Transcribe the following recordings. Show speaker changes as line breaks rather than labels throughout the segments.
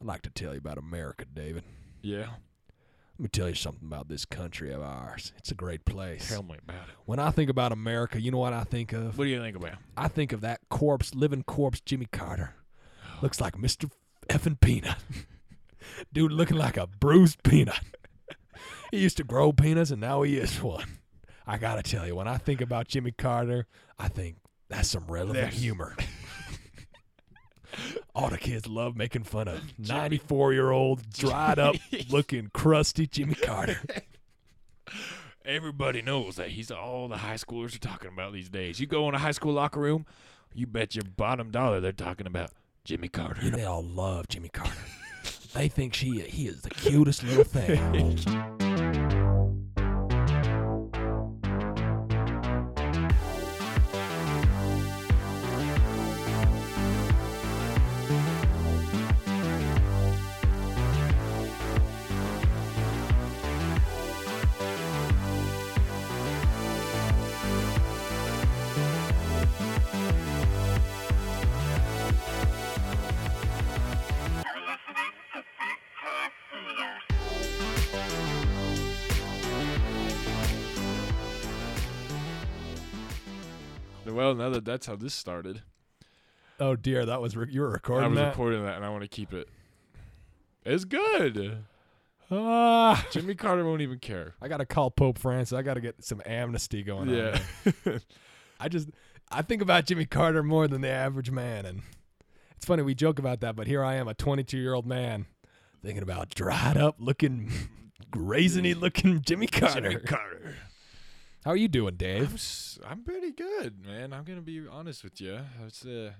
I'd like to tell you about America, David.
Yeah.
Let me tell you something about this country of ours. It's a great place.
Tell me about it.
When I think about America, you know what I think of?
What do you think about?
I think of that corpse, living corpse, Jimmy Carter. Looks like Mr. Effing Peanut. Dude looking like a bruised peanut. he used to grow peanuts and now he is one. I gotta tell you, when I think about Jimmy Carter, I think that's some relevant
There's-
humor. All the kids love making fun of 94 year old, dried up, looking crusty Jimmy Carter.
Everybody knows that he's all the high schoolers are talking about these days. You go in a high school locker room, you bet your bottom dollar they're talking about Jimmy Carter.
They all love Jimmy Carter. they think she he is the cutest little thing.
You're listening to Big Time Studios.
Well, now that that's how this started,
oh dear, that was re- you were recording
I was
that.
recording that and I want to keep it. It's good.
Ah,
Jimmy Carter won't even care.
I gotta call Pope Francis. I gotta get some amnesty going on.
Yeah.
here. I just I think about Jimmy Carter more than the average man, and it's funny we joke about that, but here I am, a 22 year old man, thinking about dried up looking, raisiny looking Jimmy Carter.
Jimmy Carter.
How are you doing,
I'm,
Dave?
s- I'm pretty good, man. I'm gonna be honest with you. It's uh,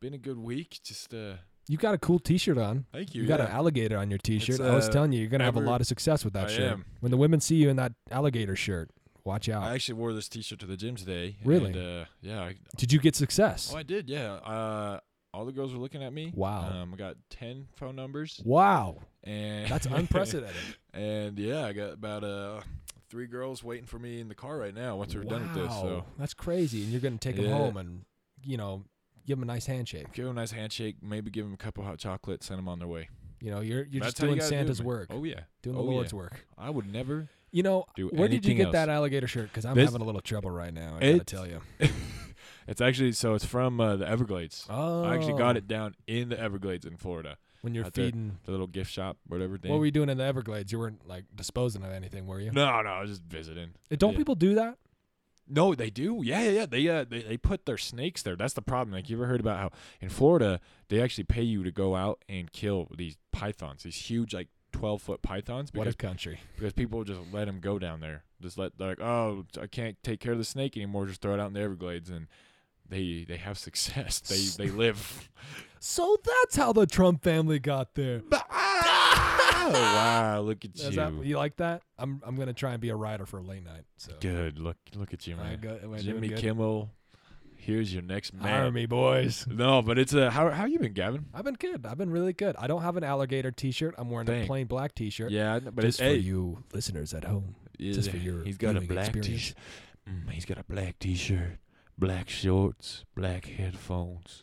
been a good week. Just uh,
You got a cool T-shirt on.
thank you.
You got
yeah.
an alligator on your T-shirt. I was
uh,
telling you, you're gonna have a
ever-
lot of success with that
I
shirt.
am.
When the women see you in that alligator shirt, watch out.
I actually wore this T-shirt to the gym today.
Really?
And, uh, yeah. I,
Did you get success?
oh, I did. Yeah. Uh, all the girls were looking at me.
Wow.
Um, I got ten phone numbers,
Wow,
and
that's unprecedented.
And yeah, I got about uh three girls waiting for me in the car right now. Once we're done with this, so
Wow, that's crazy. And you're going to take them
Yeah.
home and, you know, give them a nice handshake.
give them a nice handshake. Maybe give them a cup of hot chocolate. Send them on their way.
You know, you're you're
That's
just
how you
doing
gotta do it,
Santa's
man.
work,
Oh yeah.
doing
oh,
the
yeah.
Lord's work.
I would never.
You know,
Do
where did you
anything
get
else.
that alligator shirt? Because I'm
This-
having a little trouble right now. I gotta
It's-
tell you.
It's actually so. It's from uh, the Everglades.
Oh,
I actually got it down in the Everglades in Florida.
when you're
out there.
feeding.
The little gift shop, whatever thing.
What were you doing in the Everglades? You weren't like disposing of anything, were you?
no, no, I was just visiting.
Uh, Don't
yeah.
people do that?
No, they do. Yeah, yeah, yeah. They uh, they, they put their snakes there. That's the problem. Like you ever heard about how in Florida they actually pay you to go out and kill these pythons, these huge like twelve foot pythons,
What a
because
country!
because people just let them go down there. Just let they're like, oh, I can't take care of the snake anymore. Just throw it out in the Everglades, and they they have success. They they live.
So that's how the Trump family got there. ah!
oh, wow! Look at
Is
you.
that, you like that? I'm I'm gonna try and be a writer for late night. So
Good. Look look at you,
Am I
man.
go- am I doing
Jimmy
good?
Kimmel. Here's your next man.
hire me, boys.
No, but it's a how how you been, Gavin?
I've been good. I've been really good. I don't have an alligator T-shirt. I'm wearing
Dang.
a plain black T-shirt.
Yeah, but
just
it's
for
hey,
you listeners at home.
is-
just for your
he's got a
viewing
black
experience.
t-shirt. Mm, he's got a black t-shirt, black shorts, black headphones.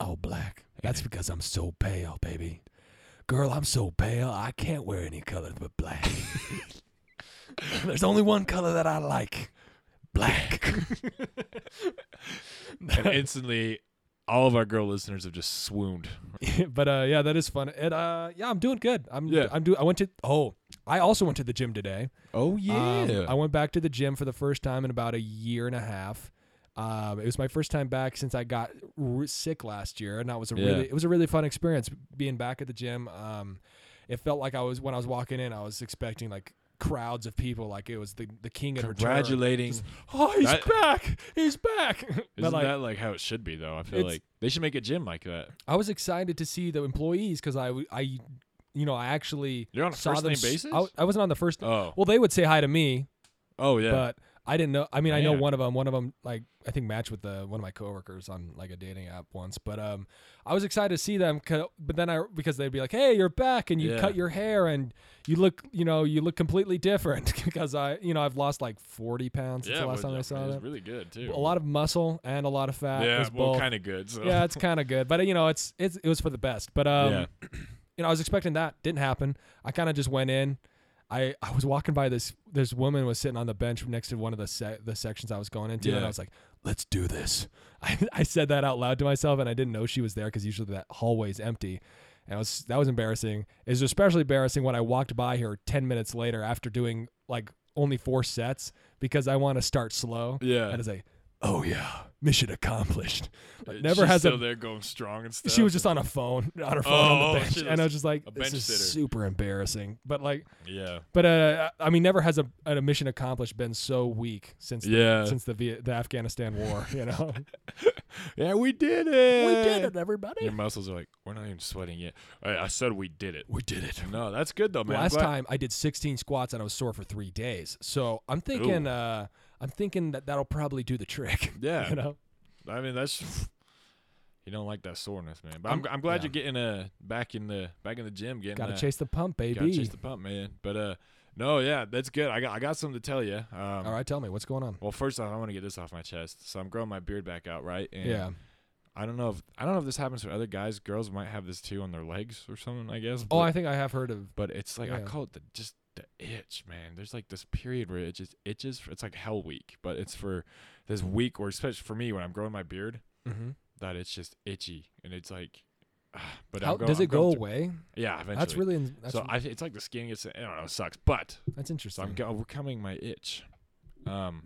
All Oh, black. That's because I'm so pale, baby. Girl, I'm so pale. I can't wear any color but black. There's only one color that I like. Black.
And instantly, all of our girl listeners have just swooned.
but uh, yeah, that is fun. And uh, yeah, I'm doing good. I'm
Yeah.
I'm do. I went to. Oh, I also went to the gym today.
Oh
Um, I went back to the gym for the first time in about a year and a half. Um, it was my first time back since I got r- sick last year, and that was a
Yeah.
really it was a really fun experience being back at the gym. Um, it felt like I was when I was walking in, I was expecting like crowds of people, like it was the the king of
Congratulating!
Oh, he's
That-
back! He's back! But,
Isn't
like,
that like how it should be though? I feel
It's-
like they should make a gym like that.
I was excited to see the employees because I w- I you know I actually
You're on a
saw
first
them
name
s-
basis.
I, I wasn't on the first.
oh,
Well, they would say hi to me,
oh yeah.
but I didn't know. I mean, I know
Man.
one of them. One of them, like I think, matched with the one of my coworkers on like a dating app once. But um, I was excited to see them. 'cause- But then I because they'd be like, "Hey, you're back, and you
Yeah.
cut your hair, and you look, you know, you look completely different." because I, you know, I've lost like forty pounds since
yeah,
the last
but
time I
yeah,
saw
it's
that.
really good too.
A lot of muscle and a lot of fat.
yeah,
is
well,
both.
kind of good. So.
uh, yeah, it's kind of good, but you know, it's it's it was for the best. But um, you know, I was expecting that. Didn't happen. I kind of just went in. I, I was walking by this this woman was sitting on the bench next to one of the se- the sections I was going into, and
Yeah.
I was like, "Let's do this." I, I said that out loud to myself, and I didn't know she was there because usually that hallway's empty. And I was that was embarrassing. It's especially embarrassing when I walked by her ten minutes later after doing like only four sets because I want to start slow.
Yeah.
and it's like, "Oh yeah, mission accomplished." Like, never
Uh, She's
has
still
a
there going strong and stuff.
she was just on a phone, on her phone on
Oh,
the bench,
she was
and I was just like,
a
"This
bench
is
sitter.
super embarrassing." But like,
yeah.
but uh, I mean, never has a, an mission accomplished been so weak since the,
Yeah.
since the Viet, the Afghanistan war. You know,
Yeah, we did it.
everybody.
Your muscles are like, we're not even sweating yet. I, I said we did it.
We did it.
No, that's good though, man. I'm
Last
glad-
time I did 16 squats and I was sore for three days. So I'm thinking,
Ooh.
uh, I'm thinking that that'll probably do the trick.
Yeah.
you know,
I mean, that's you don't like that soreness, man. But I'm,
I'm-
I'm glad
yeah.
you're getting uh back in the back in the gym, getting
gotta
uh,
chase the pump, baby.
gotta chase the pump, man. But uh, no, yeah, that's good. I got I got something to tell you. Um,
All right, tell me what's going on.
Well, first off, I want to get this off my chest. So I'm growing my beard back out, right? And
Yeah,
I don't know if I don't know if this happens for other guys. Girls might have this too on their legs or something. I guess.
Oh,
but-
I think I have heard of.
but it's like I
Yeah.
call it the just the itch, man. There's like this period where it just itches. For, it's like hell week, but it's for this week, or especially for me when I'm growing my beard,
Mhm.
that it's just itchy, and it's like, ah, but
How
I'm go-
does
I'm
it go
going through-
away?
yeah, eventually.
That's really in- that's,
so I, it's like the skin gets. I don't know. It sucks, but
that's
so
interesting.
I'm go- overcoming my itch. Um,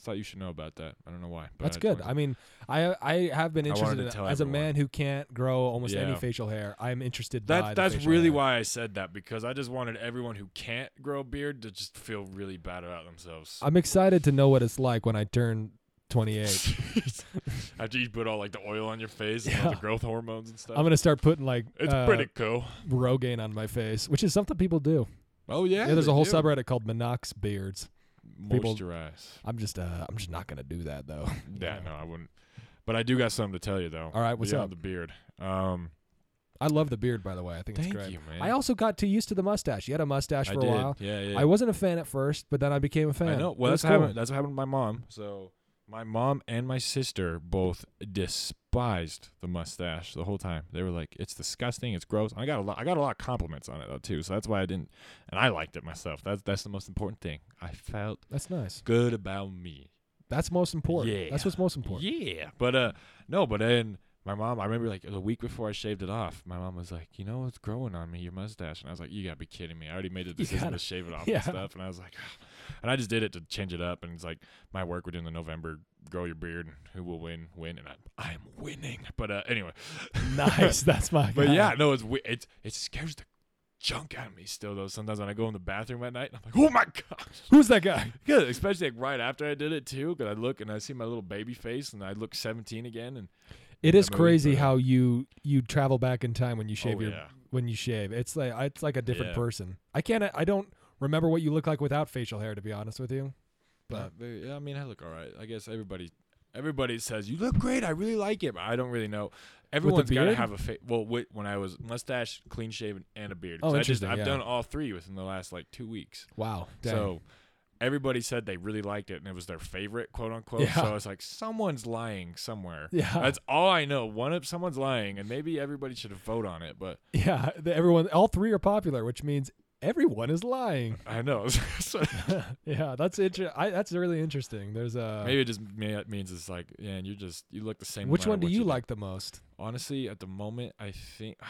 thought you should know about that. I don't know why. But
That's
I just
good.
wanted to-
I mean, I I have been
uh, I wanted
interested
to
in,
tell
as a
everyone.
man who can't grow almost any
Yeah.
facial hair. I'm interested. by
That,
the
that's
facial
really
hair.
why I said that because I just wanted everyone who can't grow a beard to just feel really bad about themselves.
I'm excited to know what it's like when I turn 28.
After you put all like the oil on your face and all the
Yeah.
growth hormones and stuff.
I'm gonna start putting like
it's
uh,
pretty cool.
Rogaine on my face, which is something people do.
Oh yeah.
Yeah, there's a whole
sub
subreddit called Minox Beards. people-
Moisturize.
I'm just uh, I'm just not gonna do that though.
Yeah, no, I wouldn't. But I do got something to tell you though.
All right, what's
beyond
up?
the beard? Um,
I love the beard, by the way. I think
thank
it's great.
you, man.
I also got too used to the mustache. You had a mustache
I
for
did.
a while.
Yeah, yeah.
I wasn't a fan at first, but then I became a fan.
I know. Well,
It
that's
was
what
cool.
happened. That's what happened to my mom. So my mom and my sister both despised the mustache the whole time. They were like, "It's disgusting. It's gross." I got a lot. I got a lot of compliments on it though too. So that's why I didn't. And I liked it myself. That's that's the most important thing. I felt
That's nice.
good about me.
That's most important.
Yeah.
That's what's most important.
Yeah. But uh, no. But then my mom. I remember like the week before I shaved it off. My mom was like, "You know, it's growing on me. Your mustache." And I was like, "You gotta be kidding me! I already made the decision
gotta-
to shave it off
Yeah.
and stuff." And I was like, and I just did it to change it up. And it's like my work we're doing the November grow your beard and who will win win. And I I'm winning. But uh, anyway.
Nice. That's my.
But
guy.
yeah, no, it's we- it's it scares the junk out of me still though. Sometimes when I go in the bathroom at night, I'm like, oh my gosh.
who's that guy?
Good, especially like right after I did it too, because I look and I see my little baby face, and I look 17 again, and
It
that
is
movie,
crazy
but-
how you you travel back in time when you shave your
Oh, yeah.
when you shave. It's like it's like a different
Yeah.
person. I can't. I don't remember what you look like without facial hair. To be honest with you,
but yeah, I mean, I look all right. I guess everybody everybody says you look great. I really like it, but I don't really know. Everyone's got to
beard?
have a face. Well, wait, when I was mustache, clean shaven, and a beard.
Oh,
'cause I just,
interesting,
I've
yeah.
done all three within the last like two weeks.
wow. Dang.
So everybody said they really liked it and it was their favorite, quote unquote.
Yeah.
So it's like someone's lying somewhere.
Yeah.
That's all I know. One of someone's lying, and maybe everybody should vote on it, but
yeah, the, everyone, all three are popular, which means everyone is lying.
I know. So
yeah, that's inter- I, That's really interesting. There's a
maybe it just me- it means it's like, yeah, and you just you look the same. no
which
matter
one do
what
you
do.
like the most?
Honestly, at the moment, I think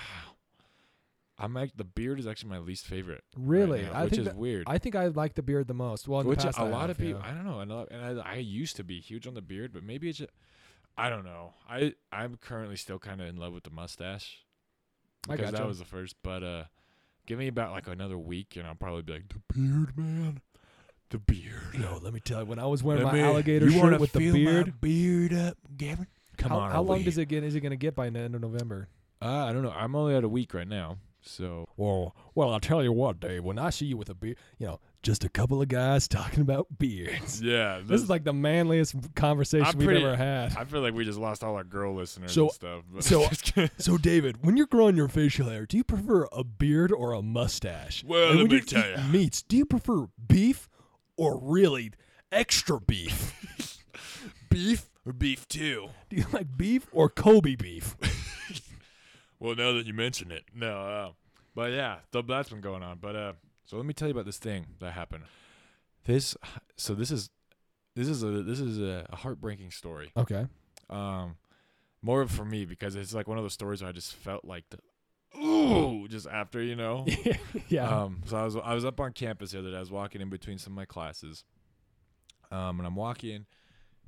I'm act- the beard is actually my least favorite. right
Really,
now,
I
which
think
is
that-
weird.
I think I like the beard the most. Well, in
which
the past
a
I
lot
have,
of people
yeah.
I don't know, and a lot- and I, I used to be huge on the beard, but maybe it's just, I don't know. I I'm currently still kind of in love with the mustache
I
because
gotcha.
that was the first. But uh, give me about like another week, and I'll probably be like the beard, man, the beard.
Yo, let me tell you, when I was wearing
Let
my
me-
alligator
you wanna
shirt with the
feel my
beard,
beard up, Gavin. Come
how,
on,
how long does it get? Is it going to get by the end of November?
Uh, I don't know. I'm only at a week right now, so
Well, well, I'll tell you what, Dave. When I see you with a beard, you know, just a couple of guys talking about beards.
yeah.
This is like the manliest conversation
I'm
we've
pretty-
ever had.
I feel like we just lost all our girl listeners
So-
and stuff. But
so- so, David, when you're growing your facial hair, do you prefer a beard or a mustache?
Well,
and
let
when
me
you
tell
eat
ya.
meats, do you prefer beef or really extra beef?
beef or beef too.
do you like beef or Kobe beef?
Well, now that you mention it, no, uh, But yeah, th- that's been going on. But uh, so let me tell you about this thing that happened. This so this is this is a this is a heartbreaking story.
Okay.
Um, more for me because it's like one of those stories where I just felt like the ooh just after you know.
yeah.
Um, so I was I was up on campus the other day. I was walking in between some of my classes, um, and I'm walking,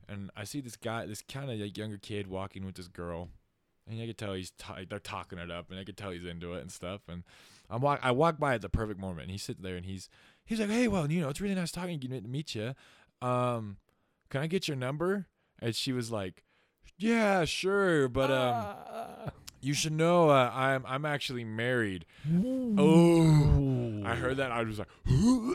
and I see this guy, this kind of like younger kid walking with this girl, and I could tell he's t- they're talking it up, and I could tell he's into it and stuff. And I'm walk I walk by at the perfect moment, and he's sitting there, and he's he's like, hey, well, you know, it's really nice talking to you, to meet you. Um, can I get your number? And she was like, yeah, sure, but
Ah.
um, you should know uh, I'm I'm actually married. Oh, I
Mm.
heard that. I was like,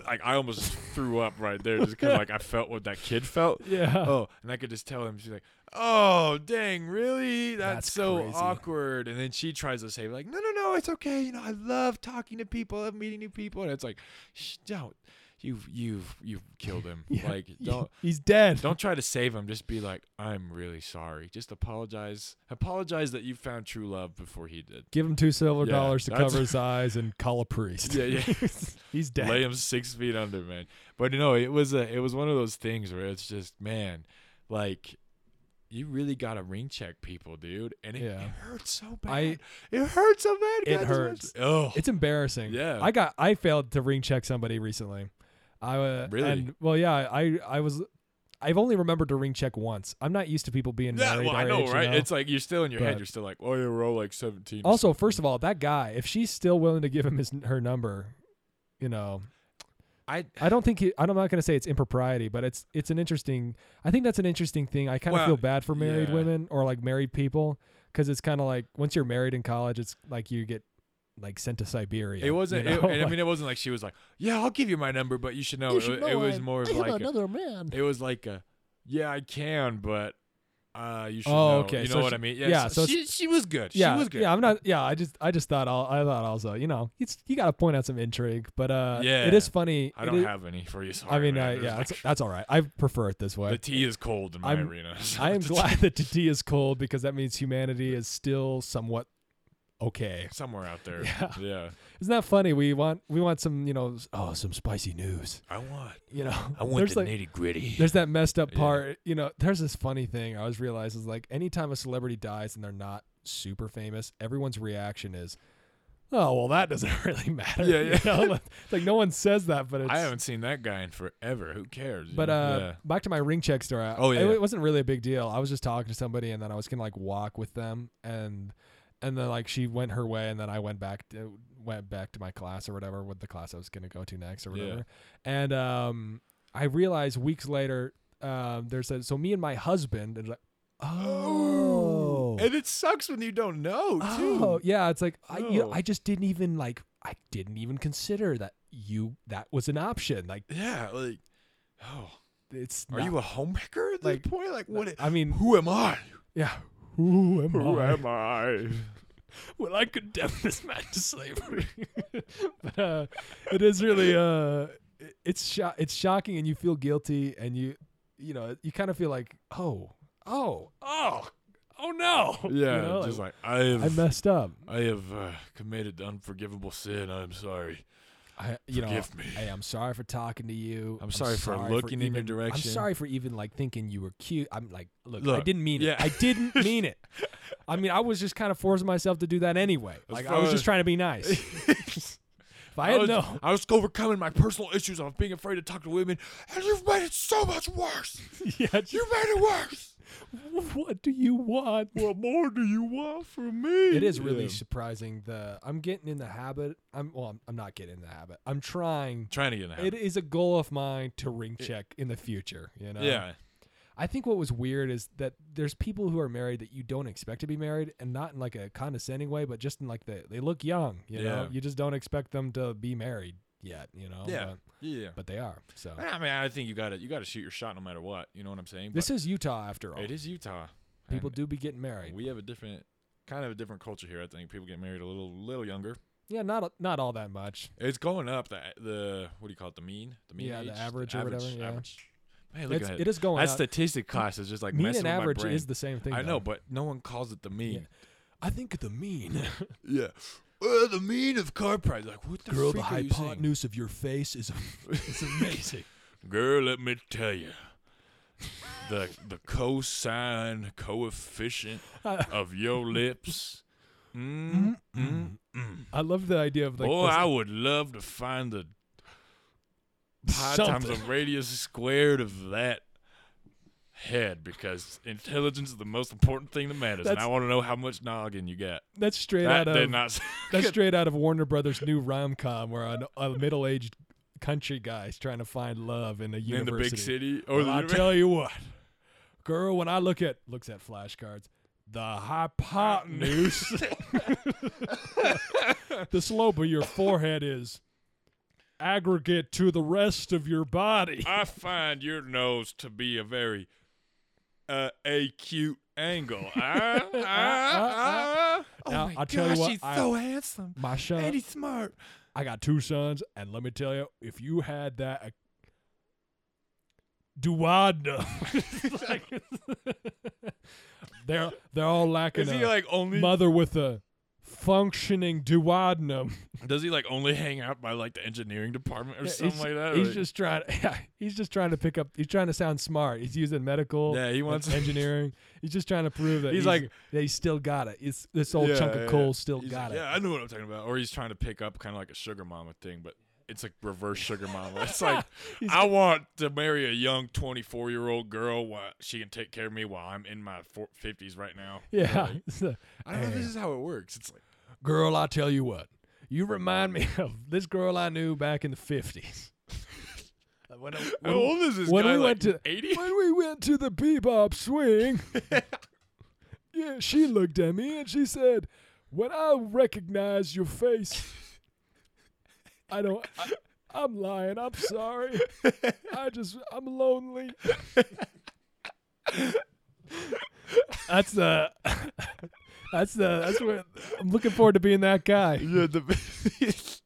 like I almost threw up right there, just because like I felt what that kid felt.
yeah.
Oh, and I could just tell him. She's like, "Oh, dang, really? That's,
That's
so
crazy.
awkward." And then she tries to say, "Like, no, no, no, it's okay. You know, I love talking to people. I love meeting new people." And it's like, Shh, "Don't, you, you, you killed him.
Yeah.
Like, don't,
He's dead.
don't try to save him. Just be like, I'm really sorry. Just apologize. Apologize that you found true love before he did.
Give him two silver
Yeah,
dollars to
that's-
cover his eyes and call a priest.
Yeah, yeah.
He's dead.
Lay him six feet under, man. But you know, it was a, it was one of those things where it's just, man, like, you really got to ring check people, dude, and it,
Yeah.
it hurts so bad.
I-
it hurts so bad.
It
God,
hurts.
Oh,
It's embarrassing.
Yeah.
I got I failed to ring check somebody recently. I uh,
Really?
and- well, yeah. I I was. I've only remembered to ring check once. I'm not used to people being
yeah.
married.
Well, I
our
know,
age, you
right? It's like you're still in your head.
But-
You're still like, oh, yeah, we're all like 17. or
also,
something."
first of all, that guy. If she's still willing to give him his her number, you know,
I
I don't think he, I'm not going to say it's impropriety, but it's it's an interesting. I think that's an interesting thing. I kind of
Well,
feel bad for married
yeah.
women or like married people because it's kind of like once you're married in college, it's like you get like sent to Siberia.
It
you
wasn't.
know?
it, and I
Like,
mean, it wasn't like she was like, "Yeah, I'll give you my number, but you should know." it, wa- it was more of like a-
man.
It was like a, "Yeah, I can, but uh, you should
Oh,
know."
okay,
You know
so
what
she-
I mean? Yeah.
yeah,
so
so
she she was good.
Yeah,
she was good.
yeah. I'm not. Yeah, I just, I just thought. I'll, I thought also, you know, it's you got to point out some intrigue, but uh,
Yeah.
it is funny.
I
It
don't
is-
have any for you. Sorry,
I mean,
man.
uh,
There's
yeah,
like-
that's, that's all right. I prefer it this way.
the tea is cold in my
I'm-
arena.
I am glad that the tea is cold because that means humanity is still somewhat okay.
somewhere out there. Yeah.
Yeah. Isn't that funny? We want we want some you know s- oh some spicy news.
I want.
You know,
I want
there's
the
like
nitty gritty.
there's that messed up
Yeah.
part. You know, there's this funny thing I was realizing is like anytime a celebrity dies and they're not super famous, everyone's reaction is. Oh well, that doesn't really matter.
Yeah,
You
yeah.
know? Like- it's like no one says that, but it's.
I haven't seen that guy in forever. Who cares? you
But
know?
uh,
Yeah.
back to my ring check story. I-
Oh, yeah.
it, wasn't really a big deal. I was just talking to somebody, and then I was gonna like walk with them, and and then like she went her way, and then I went back to went back to my class or whatever with the class I was gonna go to next or
Yeah.
whatever. And um, I realized weeks later, um, there's a so me and my husband and like, oh,
and it sucks when you don't know too.
oh, yeah. It's like I you know,
Oh.
I just didn't even like I didn't even consider that you that was an option. Like
Yeah, like, oh,
it's
are
not-
you a homemaker at this
Like,
point? Like, what? i-
I mean,
who am I?
Yeah. Who am I?
I?
Well, I condemn this man to slavery. but uh, it is really uh, it- it's sho- it's shocking, and you feel guilty, and you you know you kind of feel like oh oh oh oh no
Yeah,
You know,
just
like,
like, I have, I,
I messed up.
have uh, committed unforgivable sin. I'm sorry.
I you know
Forgive me.
hey, I'm sorry for talking to you.
I'm sorry for looking in your
even-
direction.
I'm sorry for even like thinking you were cute. I'm like look, I
Look,
didn't mean
yeah.
it. I didn't mean it. I mean I was just kind of forcing myself to do that anyway. Like I was
fine.
just trying to be nice. If I had
was,
known,
I was overcoming my personal issues of being afraid to talk to women, and you've made it so much worse.
yeah, just-
You made it worse.
what do you want?
what more do you want from me?
It is really
Yeah.
surprising. The I'm getting in the habit. I'm well. I'm, I'm not getting in the habit. I'm trying.
trying to get in the habit.
It is a goal of mine to ring check in the future. You know.
yeah,
I think what was weird is that there's people who are married that you don't expect to be married, and not in like a condescending way, but just in like the they look young. You
Yeah.
know, you just don't expect them to be married yet. You know.
yeah,
But,
yeah.
but they are. So
I mean, I think you got to you got to shoot your shot no matter what. You know what I'm saying?
this is Utah after all.
but it is Utah.
People
And
do be getting married.
We have a different kind of a different culture here. I think people get married a little little younger.
yeah, not not all that much.
It's going up. The the what do you call it? The mean. The mean.
Yeah, the
age?
average or whatever, yeah.
Average. Man, look
It's,
at
it is going.
That
up.
statistic class is just like
mean
messing
and
with my
average
brain.
is the same thing.
I
though.
know, but no one calls it the mean.
I think the mean.
Yeah. "Uh, the mean of car price. Like, what the
Girl, the
freak are you saying?
hypotenuse of your face is it's amazing.
Girl, let me tell you. The the cosine coefficient of your lips. Mm, mm, mm.
I love the idea of Mm-hmm. like
Boy,
this-
I would love to find the pi times the
Something.
radius squared of that head because intelligence is the most important thing that matters. and I
That's-
want to know how much noggin you got.
that's straight
That
out
did
of
not. s-
that's straight out of Warner Brothers' new rom com, where an, a middle aged country guy's trying to find love in a
in the
university.
big city or
Well,
the
I
univer-
tell you what, girl, when I look at looks at flashcards, the hypotenuse, the slope of your forehead is aggregate to the rest of your body.
I find your nose to be a very uh, acute angle. Ah, ah, ah.
Now, I'll tell you what, I-
handsome.
My son,
he's smart.
I got two sons, and let me tell you, if you had that. Uh, Duwanda. they're they're all lacking
Is he
a
like only?
mother with a functioning duodenum.
does he like only hang out by like the engineering department or
Yeah,
something
he's,
like that?
He's
Or-
just trying. Yeah, he's just trying to pick up. He's trying to sound smart. He's using medical.
Yeah, he
and
wants-
engineering. he's just trying to prove that
He's
he's,
like-
that he's still got it. It's this old
Yeah,
chunk of
yeah,
coal
yeah.
still
He's
got
like,
it.
Yeah, I know what I'm talking about. Or he's trying to pick up kind of like a sugar mama thing, but it's like reverse sugar mama. It's like
He's-
I want to marry a young 24 year old girl. While she can take care of me while I'm in my four- 50s right now.
Yeah.
Like,
So,
I don't know. if This is how it works. It's like.
girl, I tell you what, you remind me of this girl I knew back in the fifties. when, I-
How
when-
old is this
when
guy?
we
like
went to-
80?
when we went to the bebop swing, yeah, she looked at me and she said, "When I recognize your face, I don't. I, I'm lying. I'm sorry. I just I'm lonely." that's the. That's the. That's where I'm looking forward to being that guy.
Yeah, the,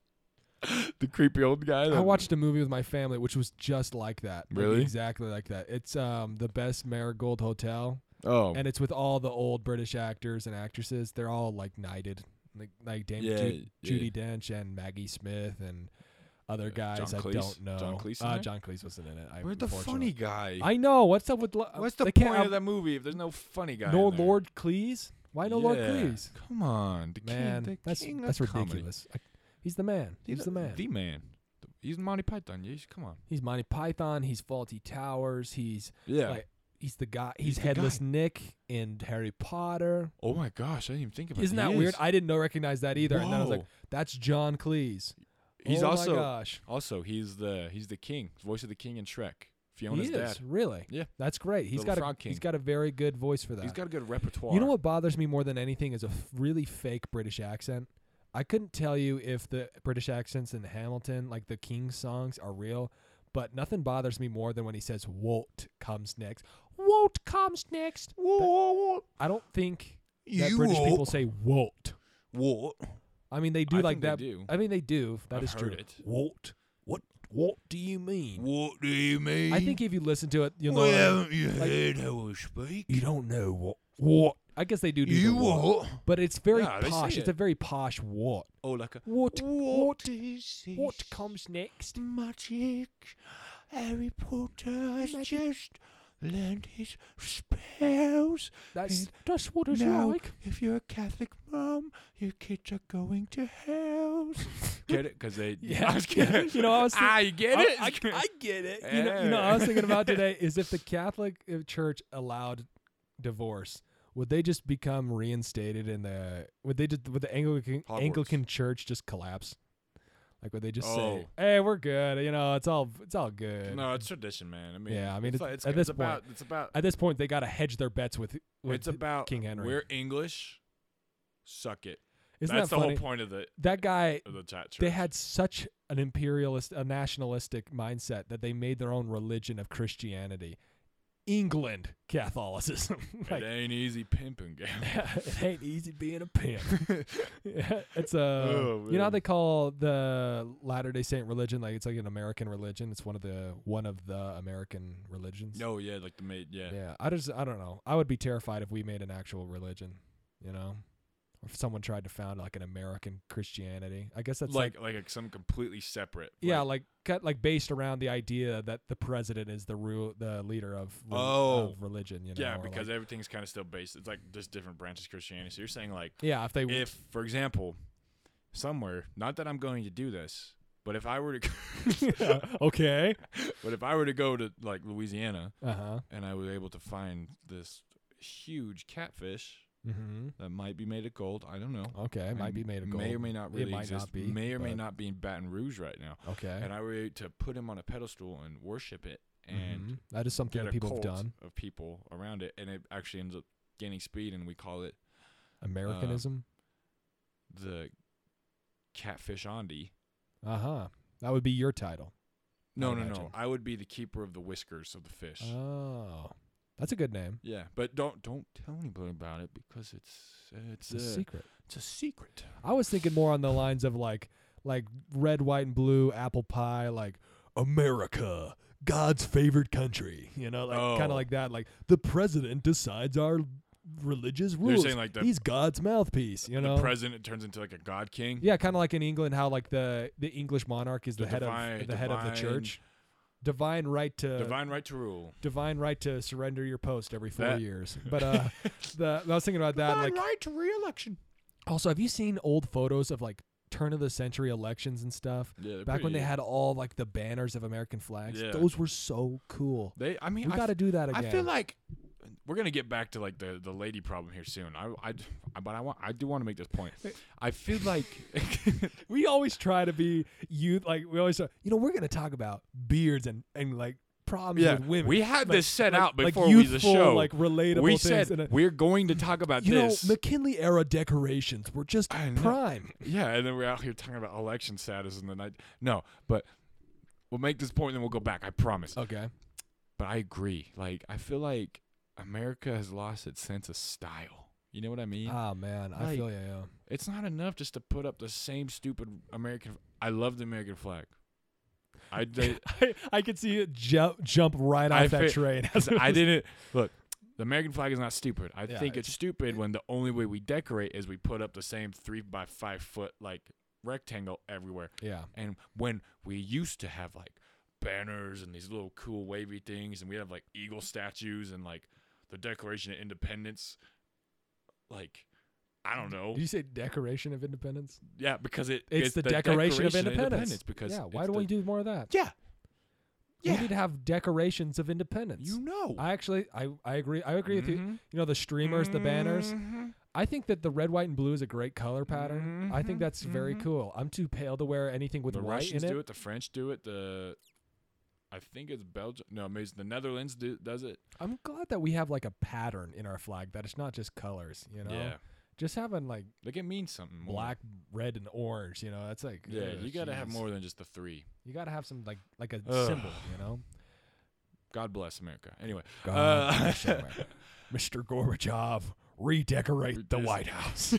the creepy old guy.
I watched a movie with my family, which was just like that. Like,
Really?
exactly like that. It's um the best Marigold Hotel.
Oh,
and it's with all the old British actors and actresses. They're all like knighted, like like Dame
Yeah,
Ju-
yeah.
Judy Dench and Maggie Smith and other guys
John
I
Cleese?
don't know.
John Cleese in
uh,
there?
John Cleese wasn't in it. I,
where's the funny
unfortunately-
guy?
I know. What's up with? Lo-
What's the
they
point
can't
of
out-
that movie if there's no funny guy?
No
in there?
Lord Cleese. Why no Lord
Yeah.
Cleese?
Come on, the king-
Man,
the
that's
king of
that's
comedy.
ridiculous. I, he's the man. He's, the man.
The man. He's Monty Python. Yeah, he's- come on.
he's Monty Python. He's Faulty Towers. He's
Yeah.
like he's the guy.
He's
He's,
the guy.
Headless Nick in Harry Potter.
oh my gosh, I didn't even think about.
Isn't
he
that weird?
is.
I didn't know recognize that either. And then I was like,
Whoa.
that's John Cleese.
he's
oh
also
my gosh.
also he's the he's the king, voice of the king in Shrek.
He
Fiona's
is
dad.
really.
Yeah.
that's great. He's
The
got a
Frog King.
he's got a very good voice for that.
He's got a good repertoire.
you know what bothers me more than anything is a f- really fake British accent. I couldn't tell you if the British accents in Hamilton, like the King songs, are real, but nothing bothers me more than when he says "Walt comes next." Walt comes next.
What?
I don't think that British people say "Walt."
What?
I mean, they do
I
like
think they
that.
do.
I mean, they do. That
I've
is true.
heard it.
Walt, what? What do you mean?
What do you mean?
I think if you listen to it, you'll know.
Well,
what I mean.
haven't you
like-
heard how I speak?
You don't know what what. I guess they do. do the what, but it's very
Yeah, they say
posh. It's
it.
a very posh what.
Oh, like a
What what
is this?
what comes next?
magic? Harry Potter has just learned his spells.
That's
It-
that's what it's
now,
like.
if you're a Catholic mom, your kids are going to hell. get it? Because they.
Yeah,
I was kidding.
you know, I was think-
ah, you get
I,
it?
I, I get it. You know, you know, what I was thinking about today is if the Catholic uh, Church allowed divorce, would they just become reinstated in the? Would they just? Would the Anglican
Hogwarts.
Anglican Church just collapse? Like would they just say,
Oh.
"Hey, we're good. You know, it's all it's all good."
no, it's tradition, man. I mean,
Yeah, I mean, it's-
it's, like- it's,
at this
it's
point-
about it's about
At this point, they got to hedge their bets with. with
it's about
King Henry.
We're English. Suck it.
Isn't
That's
that
the
funny?
whole point of the
That guy,
of the chat.
they
church.
had such an imperialist, a nationalistic mindset that they made their own religion of Christianity. England Catholicism. like,
it ain't easy pimping game.
it ain't easy being a pimp. Yeah, it's a
Oh,
you know how
man.
they call the Latter Day Saint religion like it's like an American religion. It's one of the one of the American religions.
No, yeah, like the mate, yeah.
Yeah, I just I don't know. I would be terrified if we made an actual religion. You know, Or if someone tried to found like an American Christianity. I guess that's like,
like like, a- some completely separate.
yeah,
like-
like cut like based around the idea that the president is the rule the leader of, re-
Oh.
of religion, you know.
yeah,
or,
because
like,
everything's kind of still based. It's like just different branches of Christianity. So you're saying like
yeah, if they
if, for example, somewhere, not that I'm going to do this, but if I were to,
okay.
but if I were to go to like Louisiana
Uh-huh.
and I was able to find this huge catfish
Mhm.
that might be made of gold, I don't know.
Okay, it might
and
be made of gold.
May or may not
It
really
might
exist.
not be,
may or may
but-
not be in Baton Rouge right now.
okay.
And I were to put him on a pedestal and worship it and
Mhm. that is something
get
that
a
people have
cult
done.
of people around it, and it actually ends up gaining speed, and we call it Uh,
Americanism.
the catfish Andy.
uh-huh. That would be your title.
No,
I
no, no.
imagine.
I would be the keeper of the whiskers of the fish.
Oh. That's a good name.
yeah, but don't don't tell anybody about it because it's it's,
It's a
uh,
secret.
It's a secret.
I was thinking more on the lines of like like red, white, and blue apple pie, like America, God's favorite country. You know, like kind
Oh.
of like that. Like the president decides our religious rules.
saying, like, the-
He's God's mouthpiece. You know,
the president turns into like a god king.
yeah, kind of like in England, how like the the English monarch is the,
The
head
divine-
of the head of the
divine-
church. Divine right to
Divine right to rule.
divine right to surrender your post every four
That-
years. But uh, the, I was thinking about that. like,
right to re-election.
also, have you seen old photos of like turn of the century elections and stuff?
Yeah, they're
Back when they
pretty-
had all like the banners of American flags,
Yeah.
those were so cool.
They. I
We
mean, I
got to do that again.
I feel like we're gonna get back to like the, the lady problem here soon. I, I, I- but I want I do want to make this point. I feel like
we always try to be youth. Like we always, say, you know, we're gonna talk about beards and and like problems with women.
we had
Like-
this set
like-
out
like
before we the
youthful,
show.
like relatable
we
things.
said
and, uh,
we're going to talk about
you
this.
know, McKinley era decorations were just
I know.
prime.
yeah, and then we're out here talking about election status in the night. No, but we'll make this point and then we'll go back. I promise.
Okay.
But I agree. Like I feel like America has lost its sense of style. You know what I mean?
Ah man, I
Like-
feel you. Yeah.
it's not enough just to put up the same stupid American. I love the American flag. I did.
I, I could see it jump jump right off
I
that
fit-
train.
Because I didn't look. The American flag is not stupid. I
Yeah,
think
it's-
it's, stupid when the only way we decorate is we put up the same three by five foot like rectangle everywhere.
Yeah.
And when we used to have like banners and these little cool wavy things, and we have like eagle statues and like the Declaration of Independence, like I don't know,
Did you say Declaration of Independence?
yeah, because it
It's, the, Declaration, of Independence.
because
yeah. Why
it's
don't
the-
we do more of that?
Yeah,
We
yeah,
need to have Declarations of Independence.
you know,
I actually, I, I agree. I agree with you.
Mhm.
You know, the streamers, Mm-hmm. the banners.
Mhm.
I think that the red, white, and blue is a great color pattern. I think
Mhm,
that's very
mhm.
cool. I'm too pale to wear anything with
the
white
Russians
in it.
do it. The French do it. The I think it's Belgium. No, maybe it's the Netherlands do, does it.
I'm glad that we have like a pattern in our flag that it's not just colors. You know,
Yeah,
just having like
like it means something. More.
black, red, and orange. You know, that's like
Yeah,
ugh,
you gotta have
jeez.
more than just the three.
You gotta have some like like a
Ugh.
symbol. You know,
God bless America. Anyway,
God
uh,
bless America. Mr. Gorbachev, redecorate the
This-
White House.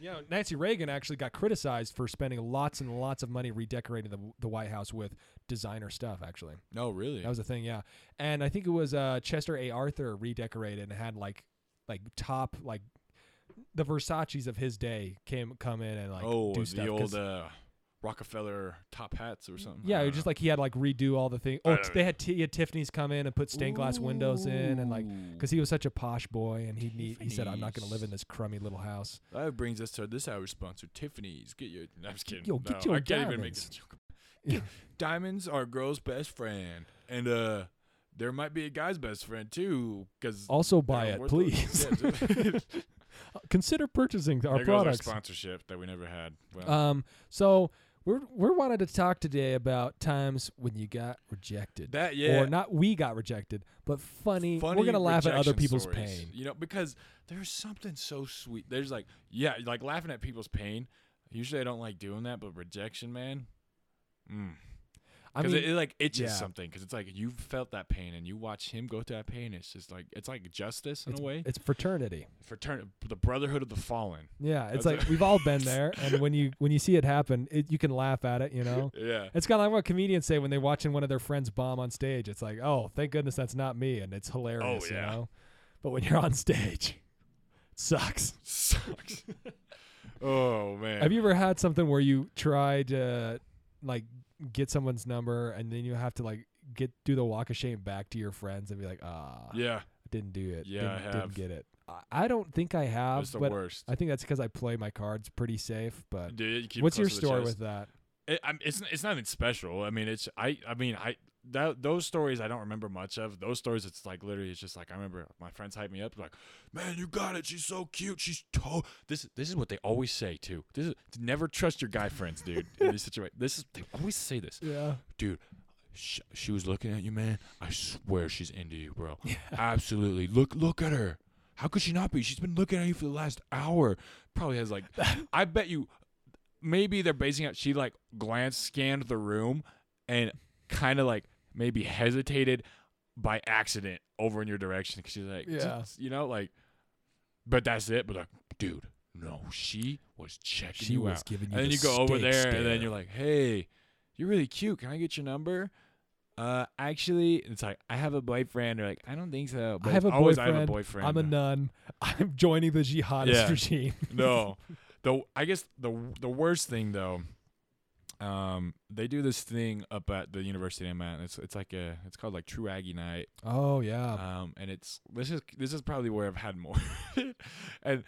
you know, Nancy Reagan actually got criticized for spending lots and lots of money redecorating the, the White House with designer stuff, actually.
no, really.
That was a thing, yeah. And I think it was uh, Chester A. Arthur redecorated and had like like top like the Versace's of his day came come in and like
oh,
do
the
stuff. 'cause-
old uh, Rockefeller top hats or something.
yeah,
I
it
don't
was just
know.
like he had like redo all the things. Oh,
don't
t- they had, t- he had Tiffany's come in and put stained glass windows in and like
Ooh.
because he was such a posh boy and he need, he said I'm not going to live in this crummy little house.
that brings us to this hour's sponsor, Tiffany's. Get your. no, I'm just kidding.
Yo, get
No, I
your
can't even make
diamonds.
this joke. diamonds are a girl's best friend, and uh, there might be a guy's best friend too, because
Also buy it, please. Consider purchasing our
there goes
products.
our sponsorship that we never had. Well,
um, so we're we're wanted to talk today about times when you got rejected.
that yeah,
Or not we got rejected, but funny.
funny
we're gonna laugh at other
rejection
people's
stories,
pain.
You know, because there's something so sweet. There's like yeah, like laughing at people's pain. Usually I don't like doing that, but rejection, man. Mm.
I
Because
mean,
it, it, like itches
yeah.
something. Because it's like you felt that pain, and you watch him go through that pain. It's just like it's like justice in
it's,
a way.
it's fraternity.
Fratern- the brotherhood of the fallen.
Yeah, it's
That's
like
it.
we've all been there, and when you when you see it happen, it, you can laugh at it. You know,
Yeah.
It's kind of like what comedians say when they're watching one of their friends bomb on stage. It's like, oh, thank goodness that's not me, and it's hilarious,
yeah.
you know. But when you're on stage, Sucks.
Sucks. oh man.
Have you ever had something where you try to like get someone's number and then you have to like get do the walk of shame back to your friends and be like, ah,
Yeah,
I didn't do it.
Yeah, I
didn't,
have.
didn't get it. I, I don't think I have,
it's the
Uh, but
worst.
I think that's because I play my cards pretty safe. But
Dude, you keep it
what's your
close to the
story with
chest.
that?
it, I'm, it's it's nothing special. I mean, it's I I mean I that those stories I don't remember much of. Those stories, it's like literally, it's just like I remember my friends hype me up like, "Man, you got it. She's so cute. She's to this. This is what they always say too. This is never trust your guy friends, dude. in this situation, this is they always say this,
Yeah.
dude. She, she was looking at you, man. I swear she's into you, bro. Absolutely. Look, look at her. How could she not be? She's been looking at you for the last hour. Probably has like, I bet you, maybe they're basing it. She like glanced, scanned the room, and kind of like maybe hesitated by accident over in your direction because she's like,
Yeah.
you know, like. But that's it. But like, dude, no, she was checking
She
you
was
out.
giving you
and then
the
you go over
stink
there, and
stare.
then you're like, hey, you're really cute. Can I get your number? Uh, actually, it's like I have a boyfriend. Or like I don't think so. But
I have a
always
boyfriend.
I have a boyfriend.
I'm a nun. I'm joining the jihadist
Yeah.
regime.
no. The I guess the the worst thing though, um, they do this thing up at the university I'm at. And it's it's like a it's called like True Aggie Night.
Oh yeah.
Um, and it's this is this is probably where I've had more, and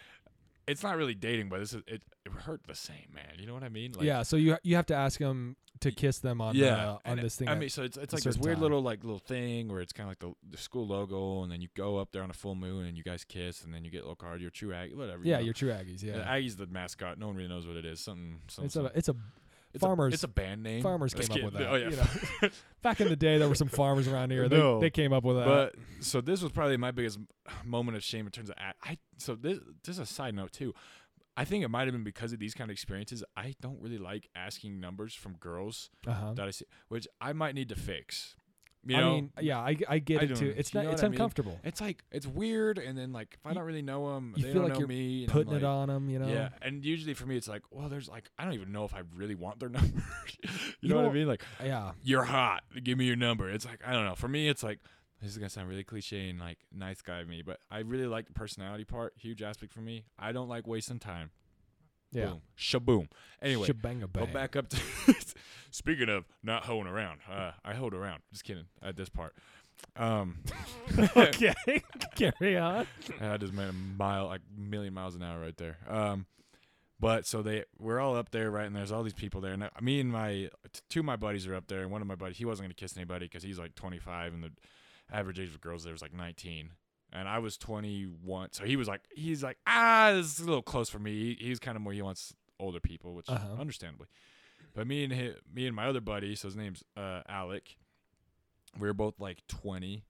it's not really dating, but this is it. It hurt the same, man. You know what I mean? Like,
yeah. So you you have to ask them to kiss them on
yeah,
uh, on
and
this thing.
I
that-
mean, so it's, it's
a
like this
certain
weird
time.
little like little thing where it's kind of like the, the school logo, and then you go up there on a full moon, and you guys kiss, and then you get a little card. You're a true Aggie, whatever.
yeah,
you
you're true Aggies.
know.
Yeah.
Uh, Aggie's the mascot. No one really knows what it is. Something. something
it's a
something.
it's a
It's
farmers-
A, it's a band name.
farmers
Just
came up
kidding. Oh,
with that, back in the day there were some farmers around here. They,
No.
they came up with that.
But so this was probably my biggest moment of shame in terms of a- I. So this this is a side note too. I think it might have been because of these kind of experiences. I don't really like asking numbers from girls
uh-huh.
that I see, which I might need to fix. You
I
know,
mean, yeah, I, I get
I
it
don't-
too. It's
you
not,
know
it's
what I mean?
uncomfortable.
it's like it's weird, and then like if I
You-
don't really know them,
you
they
feel
don't
like
know
you're
me. and I'm
Putting it
like-
on them, you know.
Yeah, and usually for me, it's like, well, there's like I don't even know if I really want their number. you, know, what I
don't-
mean? Like
Yeah.
you're hot. Give me your number. It's like I don't know. For me, it's like this is gonna sound really cliche and like nice guy of me, but I really like the personality part. Huge aspect for me. I don't like wasting time.
Yeah.
Boom. Shaboom. Anyway,
Shebanga
go
bang.
back up to. Speaking of not hoeing around, uh, I hoed around. Just kidding. At this part, um,
okay. Carry on.
I just meant a mile, like million miles an hour right there. Um, but so they, we're all up there, right? And there's all these people there. And I- me and my, t- two of my buddies are up there. And one of my buddies, he wasn't going to kiss anybody because he's like 25 and the average age of girls there was like 19. And I was 21. So he was like, he's like, ah, this is a little close for me. He, he's kind of more, he wants older people, which
Uh-huh.
understandably. But me and hi me and my other buddy, so his name's uh, Alec. We were both like 20.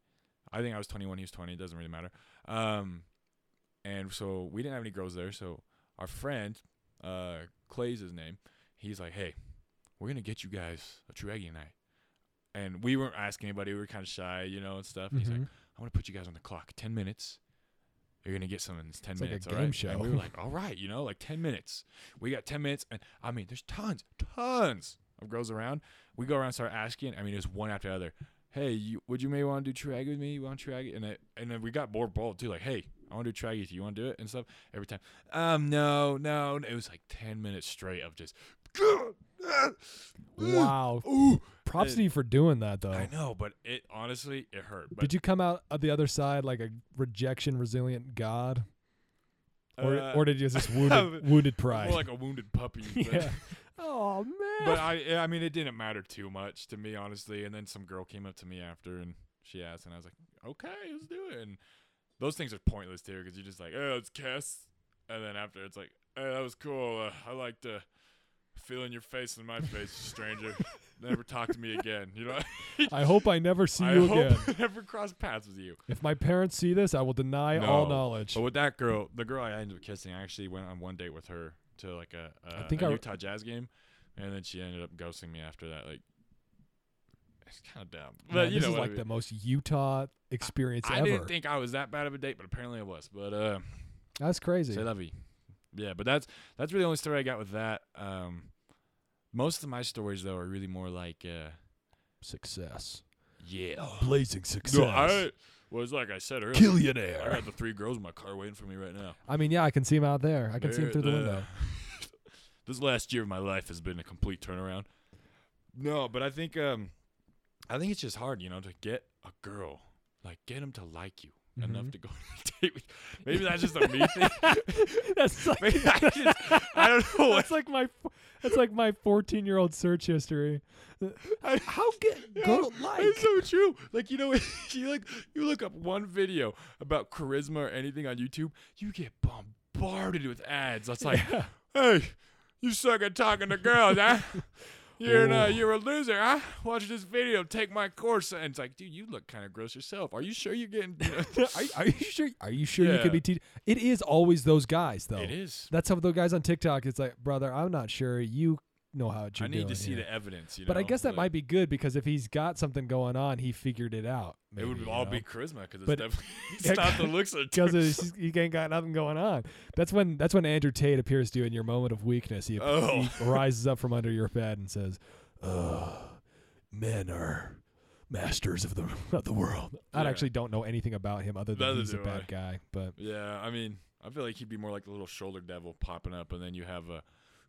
I think I was 21. He was 20. It doesn't really matter. Um, and so we didn't have any girls there. So our friend, uh, Clay's his name. He's like, hey, we're gonna get you guys a true Aggie night. And we weren't asking anybody. We were kind of shy, you know, and stuff. And He's like,
Mhm.
I'm gonna put you guys on the clock. Ten minutes. You're gonna get something. It's ten
It's like a
minutes. all
game
right.
show.
And we were like, all right, you know, like ten minutes. We got ten minutes, and I mean, there's tons, tons of girls around. We go around, and start asking. I mean, it's one after the other. Hey, you, would you maybe want to do true Aggie with me? You want true Aggie? And it, and then we got more bold too. Like, hey, I want to do true Aggie. Do you want to do it? And stuff. Every time, um, no, no. It was like ten minutes straight of just.
Wow.
Ooh,
Props
Uh,
to you for doing that, though.
I know, but it honestly it hurt. But
Did you come out of the other side like a rejection resilient god, or,
uh,
or did you just wounded, wounded pride?
More like a wounded puppy. But,
yeah. Oh man.
but I, I mean, it didn't matter too much to me, honestly. And then some girl came up to me after, and she asked, and I was like, "Okay, let's do it." And those things are pointless too, because you're just like, "Oh, let's kiss," and then after it's like, "Hey, that was cool. Uh, I liked uh, feeling your face in my face, stranger. Never talk to me again." You know,
I hope I never see
I
you
hope
again.
I never cross paths with you.
If my parents see this, I will deny all
No.
knowledge.
But with that girl, the girl I ended up kissing, I actually went on one date with her to like a, a,
I think
a
I-
Utah Jazz game, and then she ended up ghosting me after that. Like, it's kind of dumb. But
Man,
you
this
know
is
what I
like
mean.
the most Utah experience
I
ever.
didn't think I was that bad of a date, but apparently I was. But uh,
That's crazy.
say lovey, yeah. But that's that's really the only story I got with that. Um, most of my stories though are really more like, uh,
Success.
yeah,
Oh, Blazing success.
No, I Well, it's like I said earlier. I
Killionaire.
got the three girls in my car waiting for me right now.
I mean, yeah, I can see him out there. I can see him
They're
through the window.
this last year of my life has been a complete turnaround. No, but I think um, I think it's just hard, you know, to get a girl, like get them to like you uh,
Mm-hmm.
enough to go on a date. With. Maybe that's just a me thing.
that's like
Maybe I just I don't know what
that's like my that's like my 14 year old search history. How get girl like?
It's so true. Like you know, you like you look up one video about charisma or anything on YouTube, you get bombarded with ads. That's like, hey, you suck at talking to girls, huh? You're an, uh,
Ooh.
you're a loser, huh? Watch this video, take my course, and it's like, dude, you look kind of gross yourself. Are you sure you're getting?
Are, are you sure? Are you sure you
Yeah.
could be teaching? It is always those guys though.
it is.
That's how the guys on TikTok. It's like, brother, I'm not sure you know how it
I
should.
need to see the evidence. You
But I
know?
guess that
Like,
might be good because if he's got something going on, he figured it out.
It
maybe,
would
you
all
know?
be charisma because it's
But-
definitely it's
Yeah,
not the looks of
because he ain't got nothing going on. That's when that's when Andrew Tate appears to you in your moment of weakness. He,
Oh.
he rises up from under your bed and says, "Uh, men are masters of the of the world." I
Yeah.
actually don't know anything about him other than
Neither
he's a
do
bad
I.
guy. But
Yeah, I mean, I feel like he'd be more like the little shoulder devil popping up, and then you have a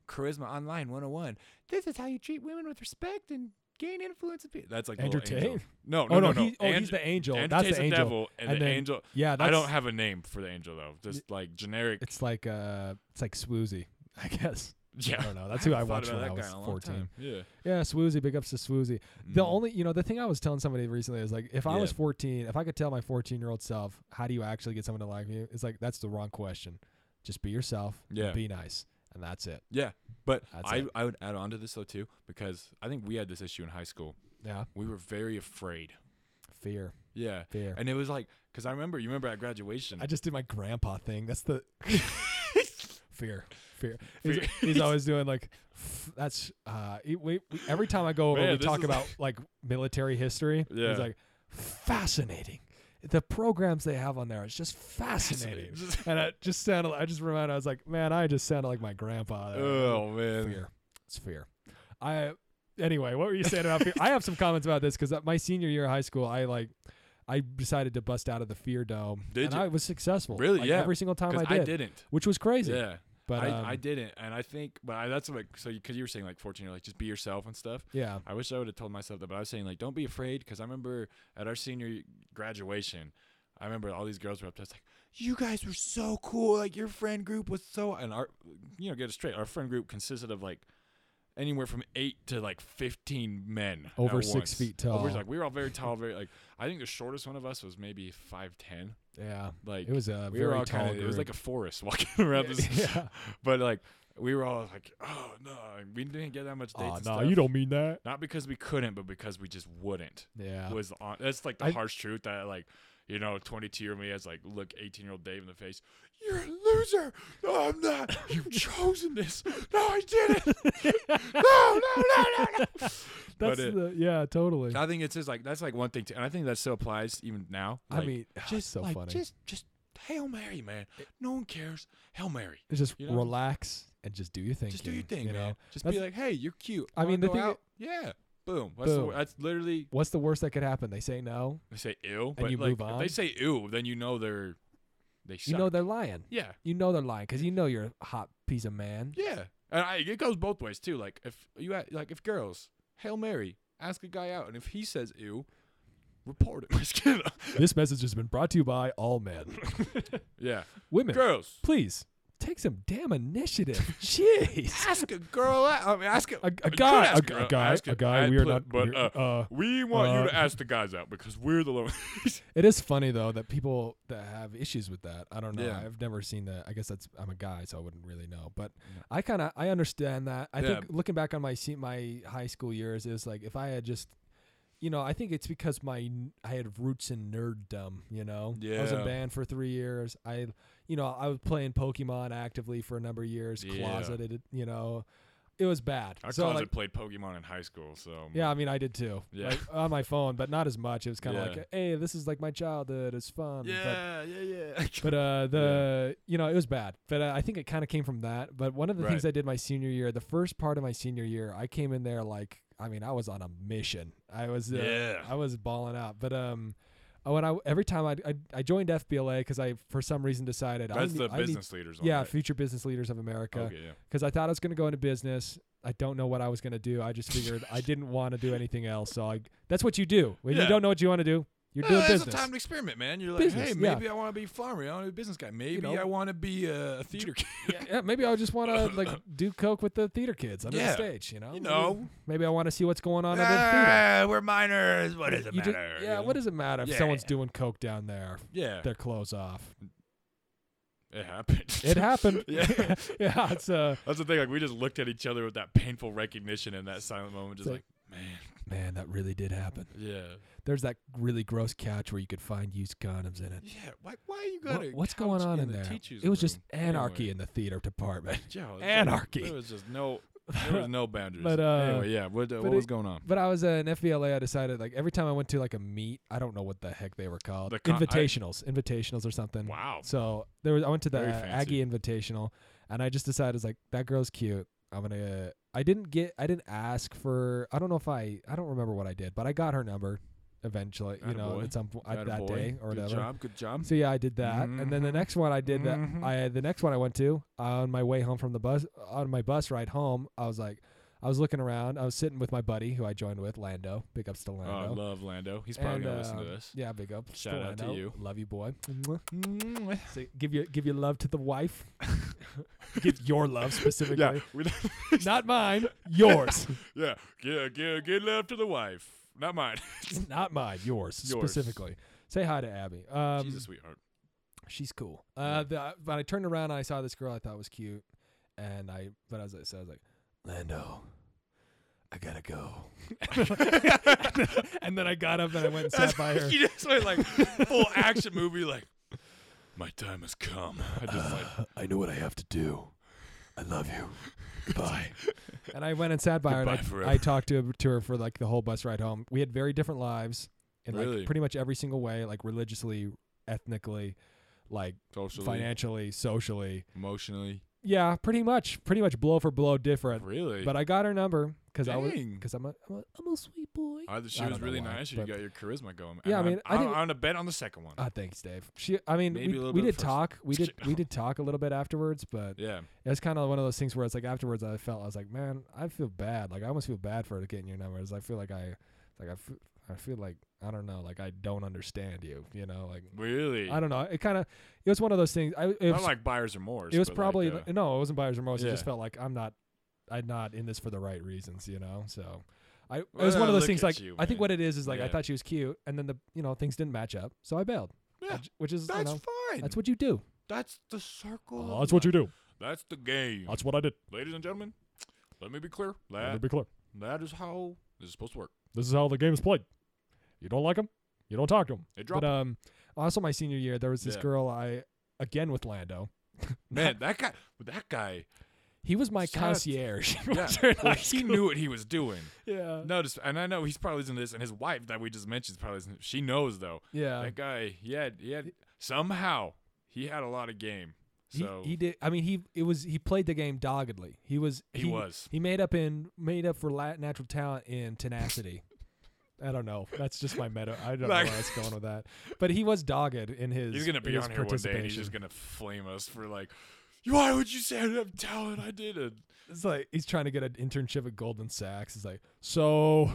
charisma online 101. This is how you treat women with respect and gain influence. And pe-. That's like the
Andrew
little angel.
Tate?
No, no,
oh no,
no, no.
he- oh,
Ang-
he's the angel.
Andrew
that's
Tate's
the angel.
devil, and,
And
the
then-
angel.
Yeah,
I
that's,
don't have a name for the angel though. Just like generic.
It's like uh, it's like Swoozy, I guess.
Yeah,
I don't know. That's who I
haven't thought
watched
about
when
that
I
guy
was
in a long
14.
time. Yeah.
Yeah, Swoozy. Big ups to Swoozy. The
Mm.
only, you know, the thing I was telling somebody recently is like, if I
Yeah.
was 14, if I could tell my 14 year old self, how do you actually get someone to like you? It's like, that's the wrong question. Just be yourself. and
Yeah.
Be nice. And that's it.
Yeah, but
That's
I
it.
I would add on to this though too because I think we had this issue in high school.
Yeah.
We were very afraid.
Fear.
Yeah,
Fear.
and it was like because I remember you remember at graduation.
I just did my grandpa thing. That's the fear. Fear. He's,
Fear.
he's always doing like, f- that's, uh, he- we, we, every time I go over,
Man,
we
this
talk
is
about like military history.
Yeah.
He's like, fascinating. The programs they have on there is just fascinating.
Fascinating.
and I just sounded. I just remember I was like, man, I just sounded like my grandpa. there."
Oh man.
fear. It's fear. I anyway, what were you saying about fear? I have some comments about this because my senior year of high school, I like, I decided to bust out of the fear dome,
Did
and
you?
I was successful.
Really?
like,
Yeah.
Every single time I
Because
did,
didn't.
which was crazy.
Yeah,
But
I,
um,
I didn't, and I think, but I, that's like so because you were saying like fourteen, you're like just be yourself and stuff.
yeah,
I wish I would have told myself that, but I was saying like don't be afraid because I remember at our senior y- graduation, I remember all these girls were up to us like you guys were so cool, like your friend group was so, and our you know get it straight, our friend group consisted of like. Anywhere from eight to like fifteen men, at
Over six
once.
feet
Over-
tall.
like we were all very tall, very like. I think the shortest one of us was maybe five ten.
yeah.
Like
It was a
we
very
were all
tall.
kind of it was
group.
like a forest walking around this
yeah.
but like we were all like oh no we didn't get that much dates
Oh,
and
no,
stuff.
you don't mean that.
not because we couldn't but because we just wouldn't
Yeah.
was the on that's like the
I-
harsh truth that like you know 22 year me as like look 18 year old dave in the face you're a loser no i'm not you've chosen this no i didn't no no no no no
That's
but it-
the, yeah, totally.
i think it's just like that's like one thing too, and i think that still applies even now
I
Like,
mean, ah, it's so
like,
funny.
just just hail mary man no one cares hail mary
It's just
you know?
relax and just do your thing.
just do your thing,
you know?
man. Just be
That's-
like, hey, you're cute.
I mean,
Wanna
the
go
thing-
out? yeah, boom. That's, the
Boom.
wor- that's literally
What's the worst that could happen? They say no.
they say ew, but
you
like,
move
if
on?
they say ew, then you know they're they suck.
You know they're lying.
yeah,
You know they're lying because you know you're a hot piece of man.
yeah, and I, it goes both ways too. Like if you a- like if girls hail Mary, ask a guy out, and if he says ew, report it. Just kidding.
This message has been brought to you by all men.
yeah,
Women,
girls.
please take some damn initiative. Jeez.
Ask a girl out. I mean, ask a,
A,
you
a
could
guy,
ask
a,
girl-
a guy,
ask
a guy.
I'd
We are
put-
not.
But
we're-
uh,
uh,
we want you to
uh,
ask the guys out because we're the low.
it is funny though that people that have issues with that. I don't know.
Yeah.
I've never seen that. I guess that's I'm a guy, so I wouldn't really know. But I kind of I understand that. I
Yeah.
think looking back on my se- my high school years is like if I had just. You know, I think it's because my n- I had roots in nerddom. You know, I was in
Yeah.
band for three years. I, you know, I was playing Pokemon actively for a number of years.
Yeah.
Closeted, you know, it was bad.
I
so
closet
like,
played Pokemon in high school, so
yeah, I mean, I did too.
Yeah.
Like, on my phone, but not as much. It was kind of
Yeah.
like, hey, this is like my childhood. It's fun. But
Yeah, yeah, yeah.
but uh, the you know it was bad. But uh, I think it kind of came from that. But one of the things
Right.
I did my senior year, the first part of my senior year, I came in there like I mean I was on a mission. I was uh,
Yeah.
I was balling out. But um, Oh, and I every time I I, I joined FBLA because I for some reason decided I
That's
need-
the
I need-
business leaders. On
yeah,
Right?
future business leaders of America.
Okay. Yeah.
Because I thought I was going to go into business. I don't know what I was going to do. I just figured I didn't want to do anything else. So I that's what you do when
Yeah.
you don't know what you want to do. You're
No,
doing
that's
business.
a time to experiment, man. You're like,
Business,
hey,
yeah.
maybe I want to be a farmer. I want to be a business guy. Maybe
know.
I want to be a a theater kid.
yeah, yeah, maybe I just want to like do coke with the theater kids under
Yeah.
the stage. You know.
you know,
Maybe I want to see what's going on under the theater.
ah, we're minors. What does it
You ju-
matter?
yeah.
you
What
know?
does it matter if
Yeah.
someone's doing coke down there?
Yeah,
Their clothes off.
it happened.
It happened.
yeah.
yeah. It's uh,
That's the thing. Like we just looked at each other with that painful recognition and that silent moment, just
So-
like, man,
man, that really did happen.
yeah,
There's that really gross couch where you could find used condoms in it.
yeah. Why, why you
What-
got it?
what's going on in,
the
there?
teacher's
It was just
room?
anarchy
Anyway.
in the theater department.
Yeah, it was-
Anarchy.
There was just no, there was no boundaries.
But, uh,
anyway, yeah. What, uh,
but
what
it-
was going on?
But I was uh, in FVLA. I decided like every time I went to like a meet, I don't know what the heck they were called,
The con- I-
invitationals, invitationals or something.
Wow.
So there was I went to the
Very
uh,
fancy.
Aggie Invitational, and I just decided it's like that girl's cute. I'm gonna. I didn't get. I didn't ask for. I don't know if I. I don't remember what I did, but I got her number eventually. You know,
Attaboy.
at some point at that
Attaboy.
day or
good
whatever.
job. Good job.
So yeah, I did that, and then the
Mhm.
next one I did that.
Mhm.
I uh, the next one I went to uh, on my way home from the bus on my bus ride home. I was like, I was looking around. I was sitting with my buddy who I joined with, Lando. Big ups to
Oh,
Lando.
I love Lando. He's probably
And,
gonna listen to
um,
this.
Yeah, big up.
Shout out to
Lando.
you.
Love you, boy. Mwah. Say- give you give your love to the wife. give your love
Yeah,
specifically,
we-
not mine. Yours,
yeah. Give, give, give love to the wife, not mine.
not mine. Yours,
Yours.
specifically. Say hi to Abby. Um,
She's a sweetheart.
She's cool. Uh, the, but I turned around and I saw this girl I thought was cute, and I but as I said, I was like, Lando, I gotta go. and then I got up and I went and sat by her.
She just went like full action movie, like my time has come. I just like
I know what I have to do. I love you. Goodbye. and I went and sat by
Goodbye
her. And
forever.
I, I talked to, to her for like the whole bus ride home. We had very different lives in
Really?
like pretty much every single way, like religiously, ethnically, like
socially,
financially, socially.
emotionally.
Yeah, pretty much, pretty much blow for blow different.
Really?
But I got her number because I was
Dang.
because I'm a, I'm a I'm a sweet boy.
Either she
I
was
don't know
really
why,
nice, or you
but-
got your charisma going.
Yeah, I
And I'm-
mean, I
I'm,
think-
I'm on a bet on the second one.
Ah, thanks, Dave. She, I mean,
Maybe a
we,
little
we
bit
did
of first-
talk. We did we did talk a little bit afterwards, but
yeah,
it was kind of one of those things where it's like afterwards I felt I was like, man, I feel bad. Like I almost feel bad for getting your number. It's, I feel like I, like I, f- I feel like I don't know. Like I don't understand you. You know, like
really.
I don't know. It kind of it was one of those things. I it
Not
was,
like buyer's remorse.
it was
but like,
probably
uh,
no, it wasn't buyer's remorse. It
yeah.
just felt like I'm not, I'm not in this for the right reasons. You know, so. I, it was one of
Well,
those
look
things
at
like
you,
I think
man.
what it is is like I
Yeah.
thought she was cute and then the you know things didn't match up so I bailed
yeah,
Which- which is you
that's
know,
fine.
that's what you do
That's the circle. of
that's what you
life.
do
That's the game.
that's what I did
Ladies and gentlemen, let me be clear.
let me
That
be clear
that is how this is supposed to work.
this is how the game is played. You don't like them, you don't talk to them.
It dropped.
But um, also my senior year, there was this
Yeah.
girl I again with Lando.
Man, that guy. That guy.
He was my
Sad.
concierge.
Yeah, well, he knew what he was doing.
yeah,
No, just, and I know he's probably listening to this, and his wife that we just mentioned is probably listening. She knows though.
yeah.
that guy, he had, he had somehow he had a lot of game.
He,
So
he did. I mean, he it was he played the game doggedly. He was
He was.
he made up in made up for la- natural talent in tenacity. I don't know. That's just my meta. I don't
Like-
know where I was going with that. But he was dogged in his.
he's gonna be
in his
on here one day, and he's
participation.
just gonna flame us for like, why would you say I didn't have talent? I did it.
It's like he's trying to get an internship at Goldman Sachs. He's like, so,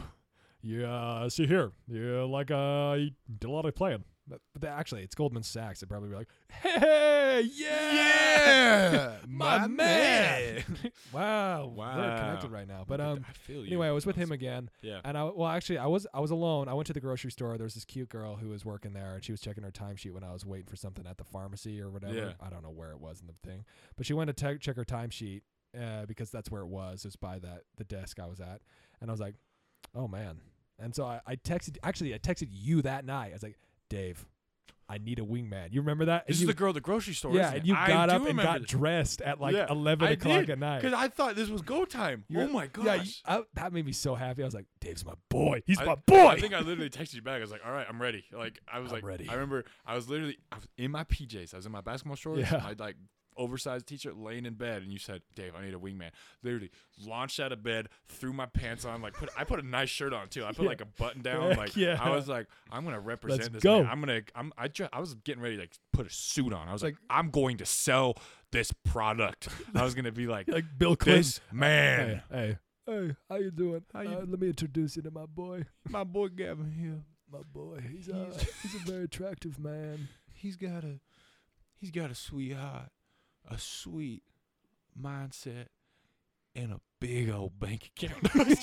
yeah, see here, yeah, like uh, you did a lot of playing, but, but they- actually, it's Goldman Sachs. They'd probably be like, hey, yeah, my, man, wow, they're connected
Wow.
right now. But
Look at
um,
that. I feel you.
anyway, I was with
That's-
him again,
Yeah.
and I well, actually, I was I was alone. I went to the grocery store. There was this cute girl who was working there, and she was checking her timesheet when I was waiting for something at the pharmacy or whatever.
Yeah.
I don't know where it was in the thing, but she went to te- check her timesheet uh, because that's where it was. It was by that the desk I was at, and I was like, "Oh man!" And so I, I texted. Actually, I texted you that night. I was like, "Dave, I need a wingman." You remember that? And
This is
you-
the girl at the grocery store.
yeah,
isn't
and
it?
you
I
got
do
up and
remember
got
this.
dressed at like
Yeah,
eleven
I
o'clock
did,
at night.
Because I thought this was go time.
You're-
oh my gosh.
Yeah, you- I- that made me so happy. I was like, "Dave's my boy. He's
I-
my boy."
I think I literally texted you back. I was like, "All right, I'm ready." Like I was
I'm
like,
ready.
I remember I was literally I was in my PJs. I was in my basketball shorts.
Yeah.
I like oversized t-shirt, laying in bed, and you said, "Dave, I need a wingman." Literally launched out of bed, threw my pants on, like put I put a nice shirt on too. I put like a button down,
Heck
like
yeah.
I was like, "I'm gonna represent
Let's
this.
go.
man. I'm gonna I'm I, tr- I was getting ready to like put a suit on. I was like, I'm going to sell this product. I was gonna be like,
Like Bill Clinton.
this man.
Hey, hey, hey, how you doing?
How you-
Uh, let me introduce you to my boy.
My boy Gavin here.
My boy, he's a
He's-
he's a very attractive man.
he's got a he's got a sweetheart, a sweet mindset, and a big old bank account.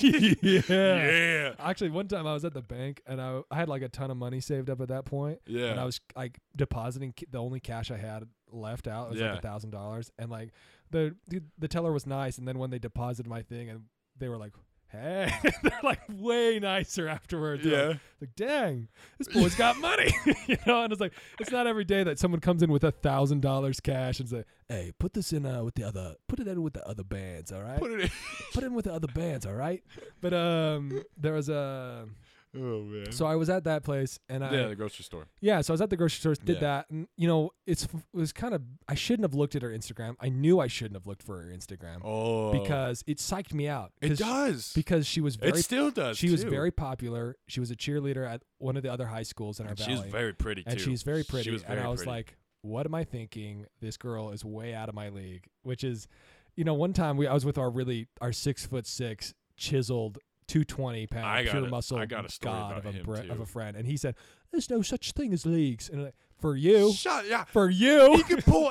yeah.
yeah.
Actually, one time I was at the bank and I, I had like a ton of money saved up at that point,
Yeah.
and I was like depositing ca- the only cash I had left out. It was like
Yeah.
a thousand dollars, and like the, the the teller was nice, and then when they deposited my thing, and they were like, "Hey," they're like way nicer afterwards. They're like,
yeah.
like dang this boy's got money you know and it's like it's not every day that someone comes in with a thousand dollars cash and say hey put this in uh, with the other put it in with the other bands all right
Put it
put it in with the other bands all right but um there was a
in. Oh man.
so i was at that place and i
yeah,
yeah,
the grocery store.
so i was at the grocery store did
Yeah.
that and you know it's it was kind of i shouldn't have looked at her instagram i knew i shouldn't have looked for her instagram
Oh.
because it psyched me out
it
'Cause-
does.
because she was
it
very
still does.
she was
too.
very popular. She was a cheerleader at one of the other high schools in our
And
valley,
she was very pretty too.
and she's very pretty.
She was very
and I was
pretty.
like, "What am I thinking? This girl is way out of my league." Which is, you know, one time we I was with our really our six foot six chiseled. 220 pound
I got
pure
a-
muscle
I got a story
god
about
of a,
him,
br- of
too.
a friend and he said there's no such thing as leagues and I'm like, for you
Shut. Yeah.
for you
He could pull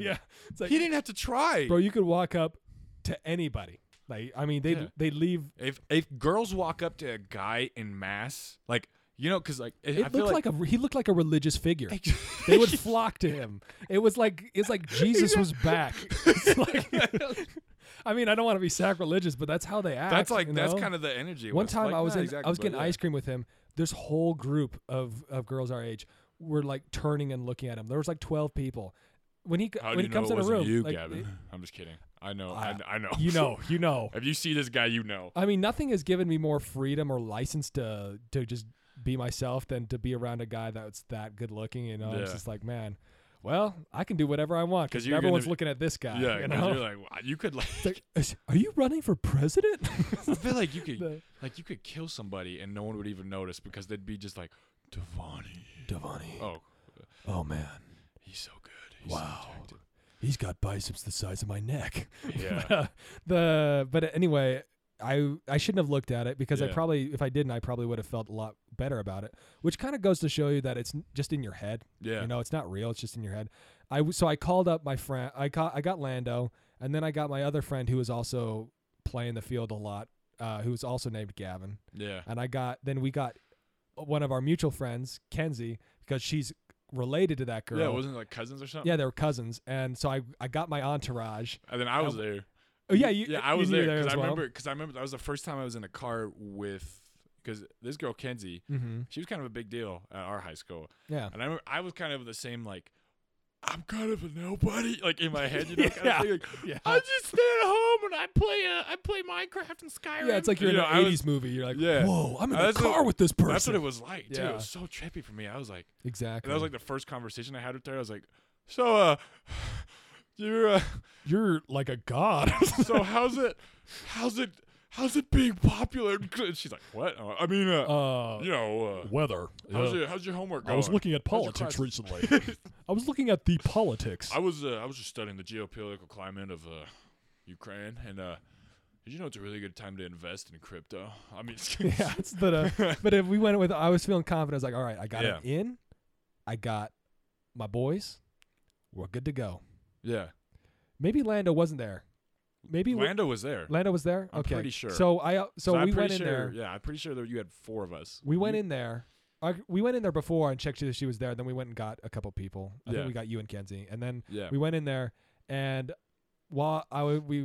yeah it's like
He didn't have to try.
bro you could walk up to anybody like I mean they
Yeah.
they leave
If if girls walk up to a guy in mass, like you know, because like
it
I
looked
feel
like, a he looked like a religious figure they would flock to him. It was like it's like Jesus was back. It's like- I mean, I don't want to be sacrilegious, but that's how they act.
That's like
you
that's
know?
kind of the energy. it
One
was.
time
Like,
I was
nah,
in,
exactly,
I was
but
getting
yeah.
ice cream with him. This whole group of of girls our age were like turning and looking at him. There was like twelve people. When he
How do
when
you
he
know
comes
it
in a
wasn't
room,
you,
like,
Gavin?
it-
I'm just kidding. I know.
I-
I, kn- I know.
you know, Ah, you know.
if you see this guy, you know.
I mean, nothing has given me more freedom or license to to just be myself than to be around a guy that's that good looking. You know, it's
Yeah.
just like, man, well, I can do whatever I want
'Cause
because
you're
everyone's
gonna be-
looking at this guy.
yeah,
you
'cause
know?
you're like wow, you could like.
It's like, "Is- are you running for president?
I feel like you could
The-
like you could kill somebody and no one would even notice because they'd be just like Devani.
Devani,
Oh,
oh man,
he's so good. He's so
Wow.
attractive."
he's got biceps the size of my neck.
yeah.
the but anyway, I I shouldn't have looked at it because I
Yeah.
probably if I didn't, I probably would have felt a lot better about it. Which kind of goes to show you that it's n- just in your head.
Yeah.
You know, it's not real. It's just in your head. I w- so I called up my friend. I got I got Lando, and then I got my other friend who was also playing the field a lot, uh, who was also named Gavin.
yeah.
And I got then we got uh, one of our mutual friends, Kenzie, because she's related to that girl.
Yeah. Wasn't it like cousins or something?
Yeah, they were cousins, and so I I got my entourage.
And then I was there.
Oh yeah, you,
yeah, I
you
was
knew
there
as
because I
well.
remember because I remember that was the first time I was in a car with because this girl Kenzie,
Mm-hmm.
she was kind of a big deal at our high school,
Yeah.
and I remember I was kind of the same like. I'm kind of a nobody, like in my head, you know. Kind
Yeah.
of thing, like,
Yeah.
I just stay at home and I play, uh, I play Minecraft and Skyrim.
Yeah, it's like you're
You
in
know, I
an
was-
80s movie. You're like,
Yeah.
whoa, I'm in a
That's what-
car with this person.
That's what it was like too.
Yeah.
It was so trippy for me. I was like,
exactly.
and that was like the first conversation I had with her. I was like, so, uh, you're, uh,
You're like a god.
so how's it, how's it, how's it being popular? And she's like, what? Uh, I mean, uh,
uh,
you know, uh,
weather.
how's your how's your homework going?
at
politics
recently. I was looking at the politics.
I was uh, I was just studying the geopolitical climate of uh, Ukraine, and uh, did you know it's a really good time to invest in crypto? I mean,
yeah, it's the, uh, but if we went with, I was feeling confident. I was like, all right, I got it in. I got my boys. We're good to go.
yeah.
Maybe Lando wasn't there. Maybe we-
Lando was there.
Lando was there.
I'm
okay,
pretty sure.
So I, uh, so,
I'm
we went
pretty
in
sure-
there.
Yeah, I'm pretty sure that you had four of us.
We went
You-
in there. I, we went in there before and checked if she was there. Then we went and got a couple people. I
Yeah.
think we got you and Kenzie, and then
Yeah.
we went in there and while I wa- we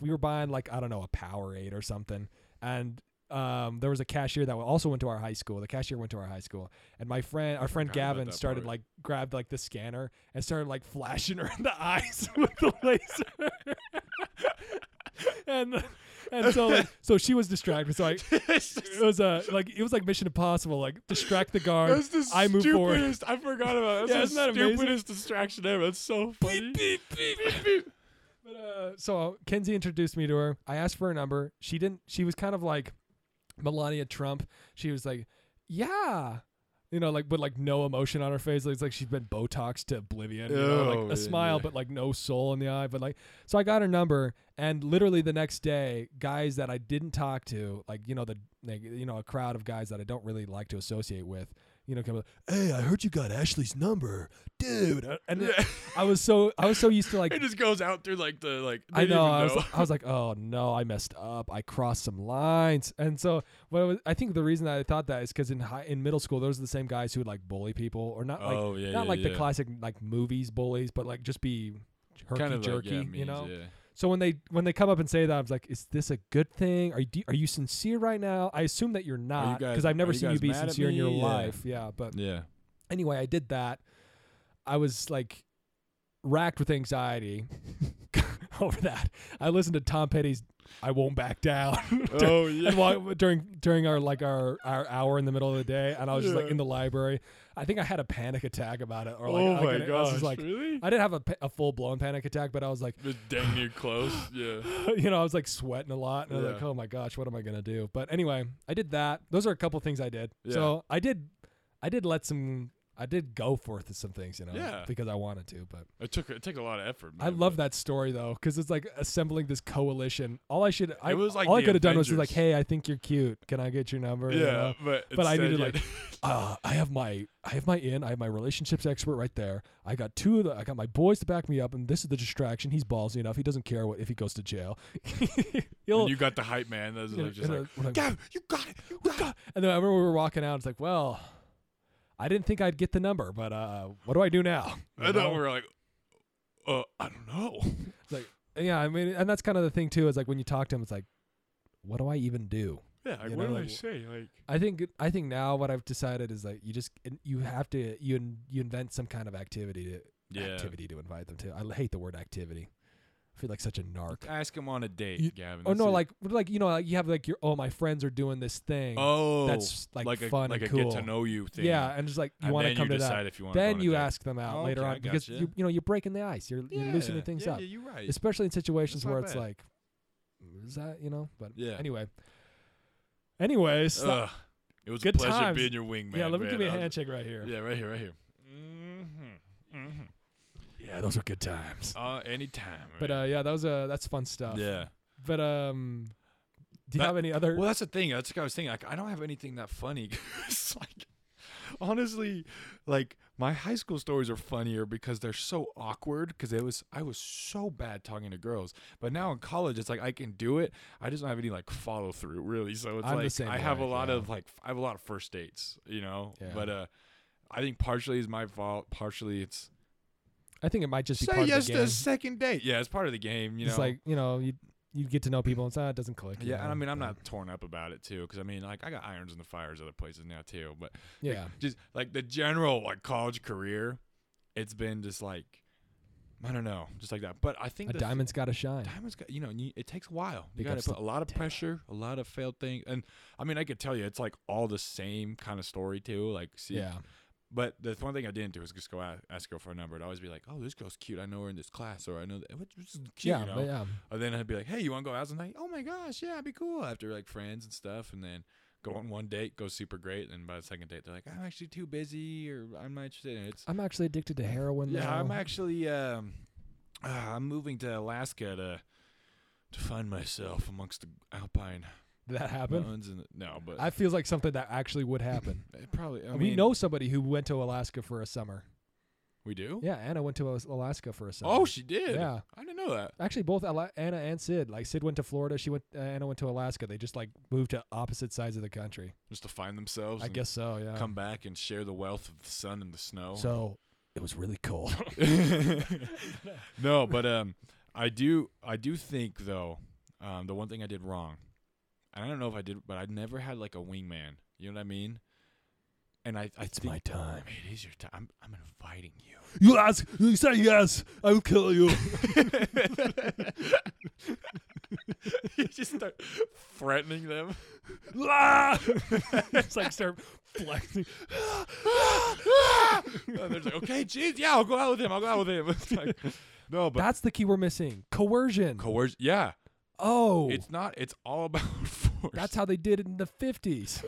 we were buying like I don't know a Powerade or something, and um, there was a cashier that also went to our high school. The cashier went to our high school, and my friend, our friend
forgot about
Gavin,
that
started
Powerade.
like grabbed like the scanner and started like flashing her in the eyes with the laser. and and so like, so she was distracted. So like it was a like it was like Mission Impossible. Like distract the guard.
That's the
I move forward.
stupidest. I forgot about it. That's
Yeah,
the
isn't that amazing?
stupidest distraction ever. That's so funny.
But, uh, so Kenzie introduced me to her. I asked for her number. She didn't. She was kind of like Melania Trump. She was like, yeah. You know, like, but like no emotion on her face. Like, it's like she's been Botox to oblivion. You know,
Oh,
like
yeah,
a smile,
yeah.
but like no soul in the eye. But like, so I got her number, and literally the next day, guys that I didn't talk to, like you know the, like, you know, a crowd of guys that I don't really like to associate with, you know, come up, hey, I heard you got Ashley's number, dude. And
Yeah.
I was so, I was so used to like
it just goes out through like the like.
I
they
know. I
didn't
was,
even
I was like, oh no, I messed up. I crossed some lines, and so what I, was, I think the reason that I thought that is because in high, in middle school, those are the same guys who would like bully people, or not like
Oh, yeah,
not
yeah,
like
yeah.
the classic like movies bullies, but like just be herky
Kind of like,
jerky,
yeah,
you
memes,
know.
yeah.
So when they when they come up and say that, I was like, is this a good thing? Are you do- are you sincere right now? I assume that you're not
guys-
because I've never
are you
seen you
guys
be
mad at
sincere in your
me? Yeah.
life. Yeah, but
Yeah.
anyway, I did that. I was like racked with anxiety over that. I listened to Tom Petty's "I Won't Back Down" dur-
Oh yeah.
and while- during during our like our, our hour in the middle of the day, and I was just like
Yeah.
in the library. I think I had a panic attack about it, or like,
oh
I,
my
I was
gosh.
just like
really?
I didn't have a, full blown panic attack, but I was like,
It was dang near close. Yeah.
you know, I was like sweating a lot, and I was like,
Yeah.
oh my gosh, what am I gonna do? But anyway, I did that. Those are a couple things I did. So I did, I did let some, I did go forth with some things, you know,
Yeah.
because I wanted to. But
It took it took a lot of effort.
I love that story though, because it's like assembling this coalition. All I should, I
It was like
all I
the
could have done was just like,
Avengers.
hey, I think you're cute. Can I get your number? You
Yeah,
know?
but
But I
instead
needed,
you
like,
had-
uh, I have my I have my in. I have my relationships expert right there. I got two of the I got my boys to back me up, and this is the distraction. He's ballsy enough. He doesn't care what if he goes to jail. He'll-
and you got the hype man. That was
you know,
like, just
and
like,
I- when I-
Gav, you got it. You got it.
and then I remember we were walking out. It's like, well, I didn't think I'd get the number, but uh, what do I do now? You
And then
know?
we were like, uh, I don't know.
It's like, yeah, I mean, and that's kind of the thing too. Is like when you talk to him, it's like, what do I even do?
Yeah, like,
You
what
know,
do I
like-
say? Like,
I think I think now what I've decided is like you just you have to you in- you invent some kind of activity to
yeah.
activity to invite them to. I l- hate the word activity. I feel like such a narc.
Ask him on a date,
You-
Gavin.
Or
that's
no,
it.
like like you know like you have like your oh my friends are doing this thing.
oh,
that's like,
a,
fun
like
and
a
cool.
get to know you thing.
yeah, and just like you
And
want to
then
come
you
to
decide
that.
if you want. to
Then
go on a
you
date.
ask them out
Oh,
later
okay,
on
I
because
gotcha.
you you know you're breaking the ice. You're,
Yeah,
you're loosening things
yeah,
up,
Yeah, you're right.
especially in situations
not
where it's
bad.
like, "Mm, is that you know? But
Yeah.
anyway, anyways, so-
Ugh, it was
good
a pleasure
times.
being your wingman.
yeah. Let me
man.
give you a
I was-
handshake right here.
Yeah, right here, right here. Mm-hmm. Mm-hmm.
Yeah, those were good times.
Uh, anytime.
But
man.
uh, yeah, that was uh, that's fun stuff.
yeah.
But um, do you
That-
have any other?
Well, that's the thing. That's what I was thinking. Like, I don't have anything that funny. 'cause, like, honestly, like my high school stories are funnier because they're so awkward. Because it was, I was so bad talking to girls. But now in college, it's like I can do it. I just don't have any like follow through really. So it's
I'm the
like
same
I have a
way,
lot
yeah.
of like f- I have a lot of first dates. You know.
Yeah.
But uh, I think partially is my fault. Partially it's
I think it might just be
say
part
yes
of the game.
to a second date. Yeah, it's part of the game. You
it's
know.
like you know you you get to know people and it's, ah, it doesn't click. you
Yeah, and
know,
I mean, I'm
but-
not torn up about it too, because I mean, like, I got irons in the fires other places now too. But like,
Yeah,
just like the general like college career, it's been just like, I don't know, just like that. But I think
a
the th-
diamond's got to shine.
diamonds got you know you, it takes a while. You
Big
got
ups
to
to
put a lot of
Taylor.
pressure, a lot of failed things, and I mean, I could tell you, it's like all the same kind of story too. Like, see,
yeah,
but the one thing I didn't do was just go a- ask her for a number. I'd always be like, "Oh, this girl's cute. I know her in this class, or I know that which is cute."
yeah,
you know?
but yeah.
And then I'd be like, hey, you want to go out? And like, oh my gosh, yeah, it'd be cool. After like friends and stuff. And then go on one date, go super great. And by the second date, they're like, I'm actually too busy or I'm not interested in it. It's,
I'm actually addicted to heroin.
yeah,
now.
I'm actually, um, uh, I'm moving to Alaska to to find myself amongst the alpine
Did that happen?
mountains. And no, but
That feels like something that actually would happen.
it probably, I
we
mean,
know somebody who went to Alaska for a summer.
we do.
Yeah, Anna went to Al- Alaska for a summer.
Oh, she did.
Yeah.
I didn't know that.
actually both Ala- Anna and Sid. Like Sid went to Florida, she went. Uh, Anna went to Alaska. They just like moved to opposite sides of the country.
Just to find themselves.
I
and
guess so. Yeah.
Come back and share the wealth of the sun and the snow.
So it was really cold.
no, but um, I do I do think though, um, the one thing I did wrong, and I don't know if I did, but I never had like a wingman. You know what I mean? And I, I
It's
think
my time.
it is your time. I'm, I'm inviting you.
You ask, you say yes, I will kill you.
you just start threatening them.
La! Ah! it's like start flexing.
And they're just like, okay, jeez, yeah, I'll go out with him. I'll go out with him. It's like, no, but
That's the key we're missing. Coercion.
coercion. Yeah,
oh,
it's not. It's all about force.
that's how they did it in the fifties.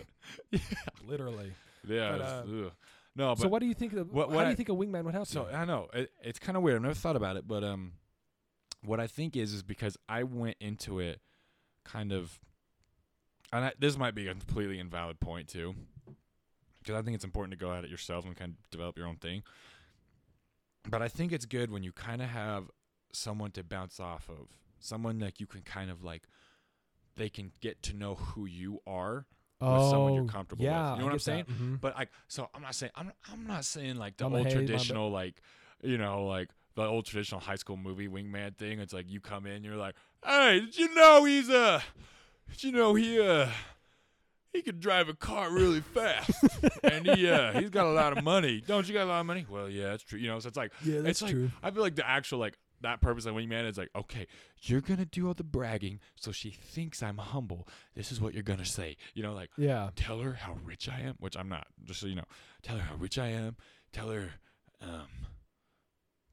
Literally.
yeah.
but,
it's-
uh,
ugh. no, Oh, but
so what do you think? Of,
what-
how
what
do
I-
you think a wingman would help?
So
you?
I know it, it's kind of weird. I've never thought about it, but um, what I think is is because I went into it kind of, and I, this might be a completely invalid point too, because I think it's important to go at it yourself and kind of develop your own thing. But I think it's good when you kind of have someone to bounce off of, someone like you can kind of like, they can get to know who you are. uh, with someone you're comfortable with.
Oh, yeah,
You know
I get
what I'm
that.
saying?
Mhm.
But like, so I'm not saying I'm I'm not saying like the
I'm a
old
hey, my ba-
traditional like, you know, like the old traditional high school movie wingman thing. It's like you come in, you're like, hey, did you know he's a, did you know he uh, he could drive a car really fast, and he uh, he's got a lot of money. Don't you got a lot of money? Well, yeah, that's true. You know, so it's like
Yeah, that's
it's like,
true.
I feel like the actual like that purpose of wingman is like, okay, you're gonna do all the bragging, so she thinks I'm humble. This is what you're gonna say. You know, like
Yeah,
tell her how rich I am, which I'm not, just so you know. Tell her how rich I am. Tell her, um,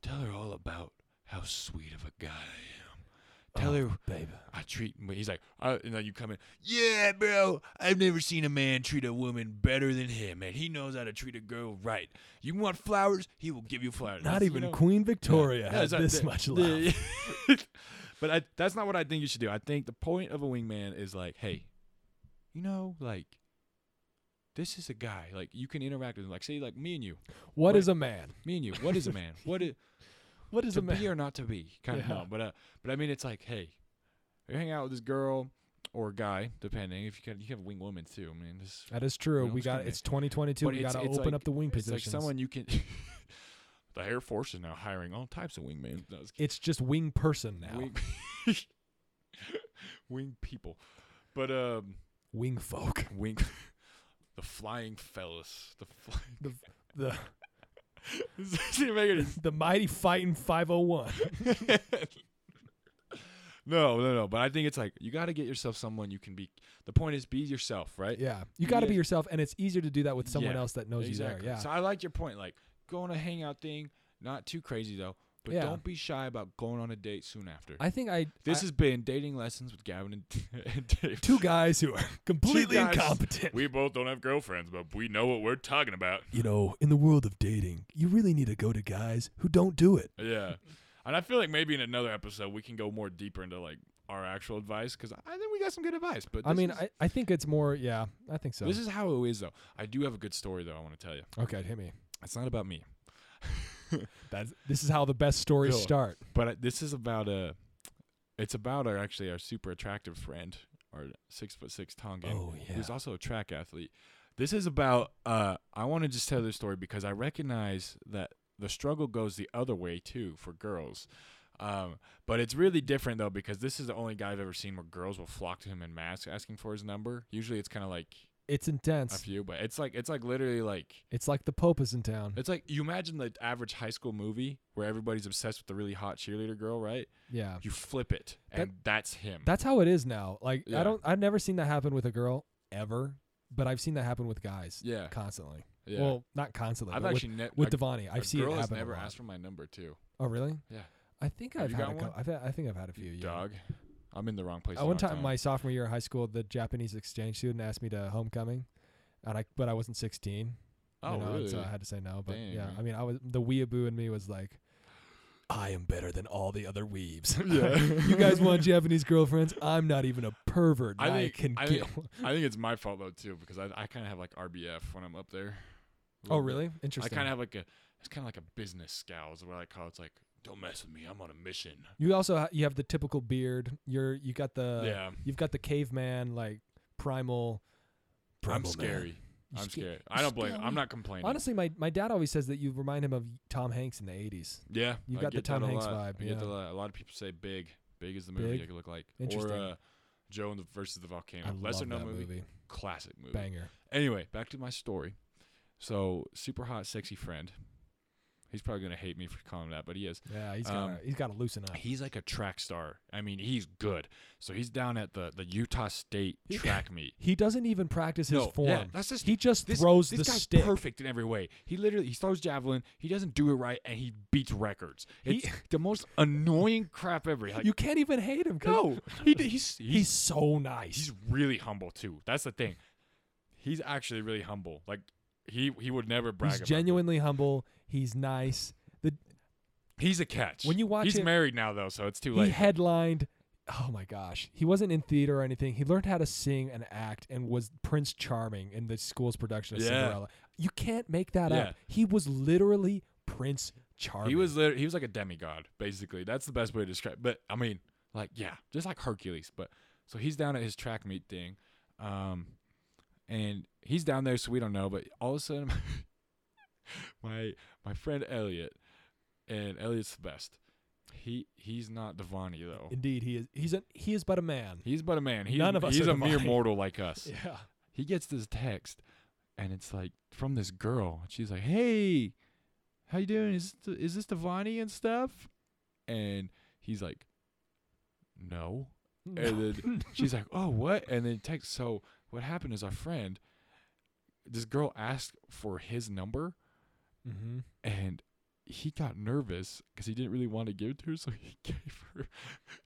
tell her all about how sweet of a guy I am. Tell her
babe.
I treat. He's like, I, and then you come in. Yeah, bro. I've never seen a man treat a woman better than him, and he knows how to treat a girl right. You want flowers? He will give you flowers.
Not
That's, you
even
know-
Queen Victoria
yeah,
has
it's like
this
the-
much love.
the- but I, that's not what I think you should do. I think the point of a wingman is like, hey, you know, like this is a guy. Like you can interact with him. Like say, like me and you,
What
Wait.
is a man?
me and you. What is a man? What is
What is
to
a man?
be or not to be? Kind of
Yeah.
no, but uh, but I mean, it's like, hey, you hang out with this girl or guy, depending. If you can, you can have wing women too. I mean, this
that is true.
know,
we
it's
got
gonna-
it's 2022.
but
we
it's-
got to
it's
open
like-
up the wing
it's
positions.
like someone you can. the Air Force is now hiring all types of wingmen. No, I was
it's just wing person now.
Wing, wing people. But um
wing folk.
wing the flying fellas. The flying
The the
This doesn't make any
the mighty fighting 501.
No, no, no. But I think it's like you gotta get yourself someone you can be the point is be yourself, right?
Yeah, you got to be
Yeah.
yourself, and it's easier to do that with someone
Yeah,
else that knows you there. Yeah,
So I like your point, like go on a hangout thing, not too crazy though. But
Yeah.
don't be shy about going on a date soon after.
I think I
this
I-
has been dating lessons with Gavin and, and Dave.
two guys who are completely
guys.
incompetent.
We both don't have girlfriends, but we know what we're talking about.
you know, in the world of dating, you really need to go to guys who don't do it.
Yeah. And I feel like maybe in another episode we can go more deeper into like our actual advice because I think we got some good advice. But
I
this
mean,
is,
I, I think it's more. Yeah, I think so.
this is how it is though. I do have a good story though. I want to tell you.
okay, hit me.
It's not about me,
That's this is how the best stories
Cool.
start.
but I, this is about a. It's about our actually our super attractive friend, our six foot six Tongan,
Oh,
who's
yeah.
also a track athlete. This is about. Uh, I want to just tell this story because I recognize that the struggle goes the other way too for girls. Um, but it's really different though because this is the only guy I've ever seen where girls will flock to him in mass asking for his number. Usually it's kind of like
It's
a
intense.
few, but it's like it's like literally like
It's like the Pope is in town.
it's like you imagine the average high school movie where everybody's obsessed with the really hot cheerleader girl, right?
Yeah,
You flip it and that's him.
that's how it is now. Like
Yeah.
I don't, I've never seen that happen with a girl ever, but I've seen that happen with guys
yeah,
constantly.
yeah.
Well, not constantly.
I've
but
actually ne-
with,
a-
with Devani,
a
I've seen
girl
it
has
happen. a
never
lot.
asked for my number too.
Oh really?
Yeah.
I think
Have
I've
you
had
got
a
one?
couple. I've had, I think I've had a few. Yeah.
Dog, I'm in the wrong place.
Uh,
the
one
wrong
time, my sophomore year of high school, the Japanese exchange student asked me to homecoming, and I but I wasn't 16.
oh
you know, and
really?
So I had to say no. But
Dang,
yeah,
man.
I mean, I was the weeaboo in me was like, I am better than all the other weebs.
Yeah.
you guys want Japanese girlfriends? I'm not even a pervert.
I
and I,
think-
can
I
get.
think-
one."
I think it's my fault though too because I I kind of have like RBF when I'm up there. a
Oh
little bit.
really? Interesting.
I kind of have like a it's kind of like a business scowl is what I call it. It's like don't mess with me. I'm on a mission.
You also ha- you have the typical beard. You're you got the
yeah,
You've got the caveman like primal.
I'm
primal man.
scary.
You
I'm
sca-
scared.
you
I don't blame.
scary.
I'm not complaining.
Honestly, my, my dad always says that you remind him of Tom Hanks in the 80s.
yeah,
you
I
got the
get that
Tom
a
Hanks
lot.
vibe,
I get that
yeah.
a, lot. A lot of people say Big. Big is the movie
Big?
I could look like.
Interesting.
Or uh, Joe and the versus the volcano.
I
Lesser
love
known
that
movie.
movie.
Classic movie.
Banger.
Anyway, back to my story. So super hot, sexy friend. He's probably gonna hate me for calling him that, but he is.
Yeah, he's got to
Um,
he's got to loosen up.
He's like a track star. I mean, he's good. So he's down at the the Utah State
He-
track meet.
He doesn't even practice his
No,
form.
yeah, that's just-
he just
This,
throws
this
the
guy's
stick.
perfect in every way. He literally he throws javelin. He doesn't do it right, and he beats records.
He-
It's the most annoying crap ever. Like,
you can't even hate him. 'cause
no, he, d- he's he's
he's so nice.
he's really humble too. That's the thing. He's actually really humble. Like he he would never brag.
He's
about it.
genuinely humble. He's nice. The
He's a catch.
When you watch
he's
him-
married now though, so it's too
he
late.
headlined. Oh my gosh, he wasn't in theater or anything. He learned how to sing and act, and was Prince Charming in the school's production of
Yeah.
Cinderella. You can't make that
Yeah.
up. He was literally Prince Charming.
He was liter he was like a demigod basically. That's the best way to describe. But I mean, like yeah, just like Hercules. But so he's down at his track meet thing, um, and he's down there, so we don't know. But all of a sudden, my my friend Elliot, and Elliot's the best. He he's not Devani though.
indeed. He is. He's a. He is but a man.
He's but a man. He's,
None of us
he's
are
a mere
Devani.
mortal like us.
Yeah.
he gets this text and it's like from this girl and she's like hey how you doing is this, is this Devani and stuff and he's like no
Hmm.
and then she's like oh what and then text so what happened is our friend this girl asked for his number
hmm
and he got nervous because he didn't really want to give it to her so he gave her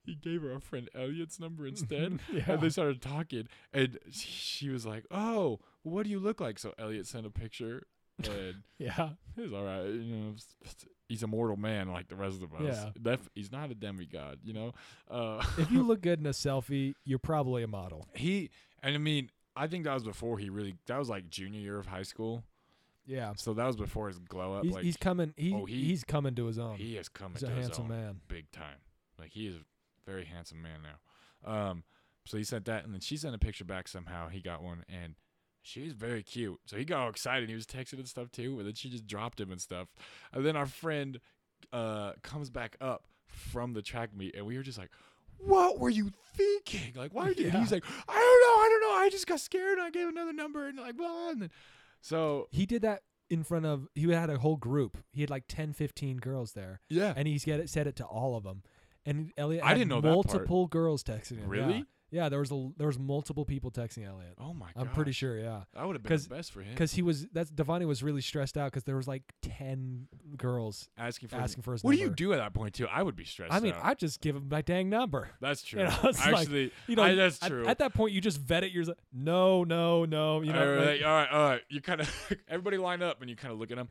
he gave her our friend Elliot's number instead
yeah.
and they started talking, and sh- she was like, "Oh, what do you look like?" So Elliot sent a picture, and
yeah.
he's all right. You know, s- s- he's a mortal man like the rest of us.
Yeah.
Def- he's not a demigod. You know, uh,
If you look good in a selfie, you're probably a model.
he and I mean, I think that was before he really. That was like junior year of high school,
Yeah.
so that was before his glow up.
He's,
like
he's coming. He,
oh, he-
he's coming to his own.
he is coming.
he's a
to his
handsome
own.
man.
big time. Like he is a very handsome man now. Um, so he sent that, and then she sent a picture back somehow. He got one, and she's very cute. So he got all excited. He was texting and stuff too, and then she just dropped him and stuff. And then our friend uh comes back up from the track meet, and we were just like. What were you thinking? Like, why did
Yeah.
he's like, I don't know, I don't know. I just got scared and I gave another number and like, blah. And then, so
he did that in front of he had a whole group he had like 10 15 girls there
yeah,
and he said it said it to all of them and elliot
I
had
didn't know that part.
multiple girls texting him yeah,
Really?
yeah there was a, there was multiple people texting elliot
oh my god,
i'm pretty sure yeah
that would have been
'cause-
the best for him.
because he was that's Devani was really stressed out because there was like 10 girls
Asking for his
asking for his
What do you
number.
do at that point too? I would be stressed.
i mean
out.
i just give him my dang number
that's true.
you know, it's like,
Actually,
you know
I- that's
at-
true.
at, that point you just vet it yourself no no no you know
all,
like-
right, all right, all right. You kind of everybody line up and you kind of look at them.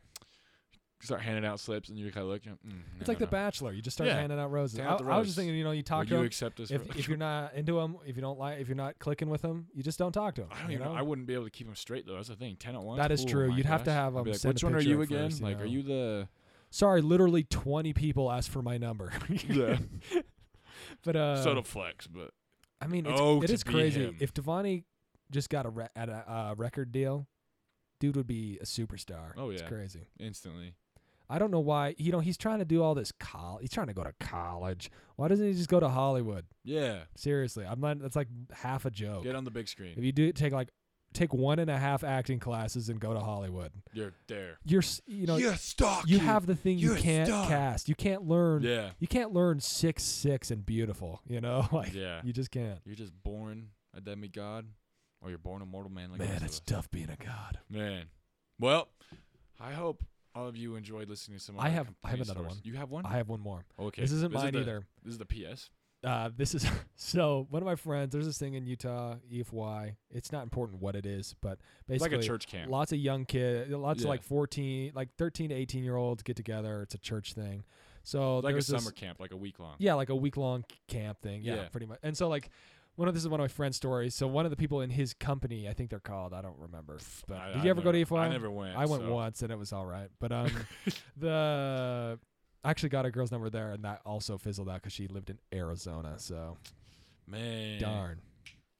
Start handing out slips and you kind of look. you know, Mm,
it's
no,
like the
no.
Bachelor. You just start
Yeah.
handing out roses.
Hand
I,
out the
I was just
roses.
thinking, you know, you talk
Will
to
you
him.
accept this?
if,
bro?
if you're not into them, if you don't like, if you're not clicking with them, you just don't talk to them.
I don't even.
know?
I wouldn't be able to keep them straight though. That's the thing. Ten at once.
That is
Ooh,
true.
my
You'd have to
gosh.
have
I'd
'em
be like,
send
Which
a
one are
picture
you
at
again?
first, you
like,
know.
are you the?
Sorry, literally 20 people asked for my number.
Yeah.
but uh,
subtle flex, but
I mean, it's,
Oh,
it
to
is
be
crazy.
him.
If Devani just got a re- at a uh, record deal, dude would be a superstar.
Oh,
it's
yeah.
crazy.
instantly.
I don't know why. You know, he's trying to do all this. Col- he's trying to go to college. Why doesn't he just go to Hollywood?
Yeah.
Seriously, I'm not. That's like half a joke.
Get on the big
If
screen.
you do take like take one and a half acting classes and go to Hollywood,
You're there.
you're s- you know
stock.
you have the thing you
You're a
can't
star.
cast. You can't learn.
Yeah.
You can't learn six six and beautiful. You know, like
Yeah.
you just can't.
You're just born a demigod, or you're born a mortal man like
Man,
most of
it's
us.
tough being a god.
Man. Well, I hope all of you enjoyed listening to some. of
I
our
have- I have
complaint
another
stories.
one.
You have one?
I have one more.
okay.
This isn't mine
the-
either.
This is the PS.
Uh, this is so one of my friends. There's this thing in Utah, EFY. It's not important what it is, but
It's like
basically,
a church camp.
lots of young kids, lots of
Yeah.
like 14, like 13 to 18 year olds get together. It's a church thing. So
It's like a
there's this-
summer camp, like a week long.
Yeah, like a week long camp thing. Yeah,
Yeah.
pretty much. And so like one of this is one of my friend's stories. So one of the people in his company, I think they're called. I don't remember. But
I-
did
I
you ever go to
never-
EFY?
I never went.
I went
so.
once and it was all right. But um, the I actually got a girl's number there, and that also fizzled out because she lived in Arizona. So
Man,
darn.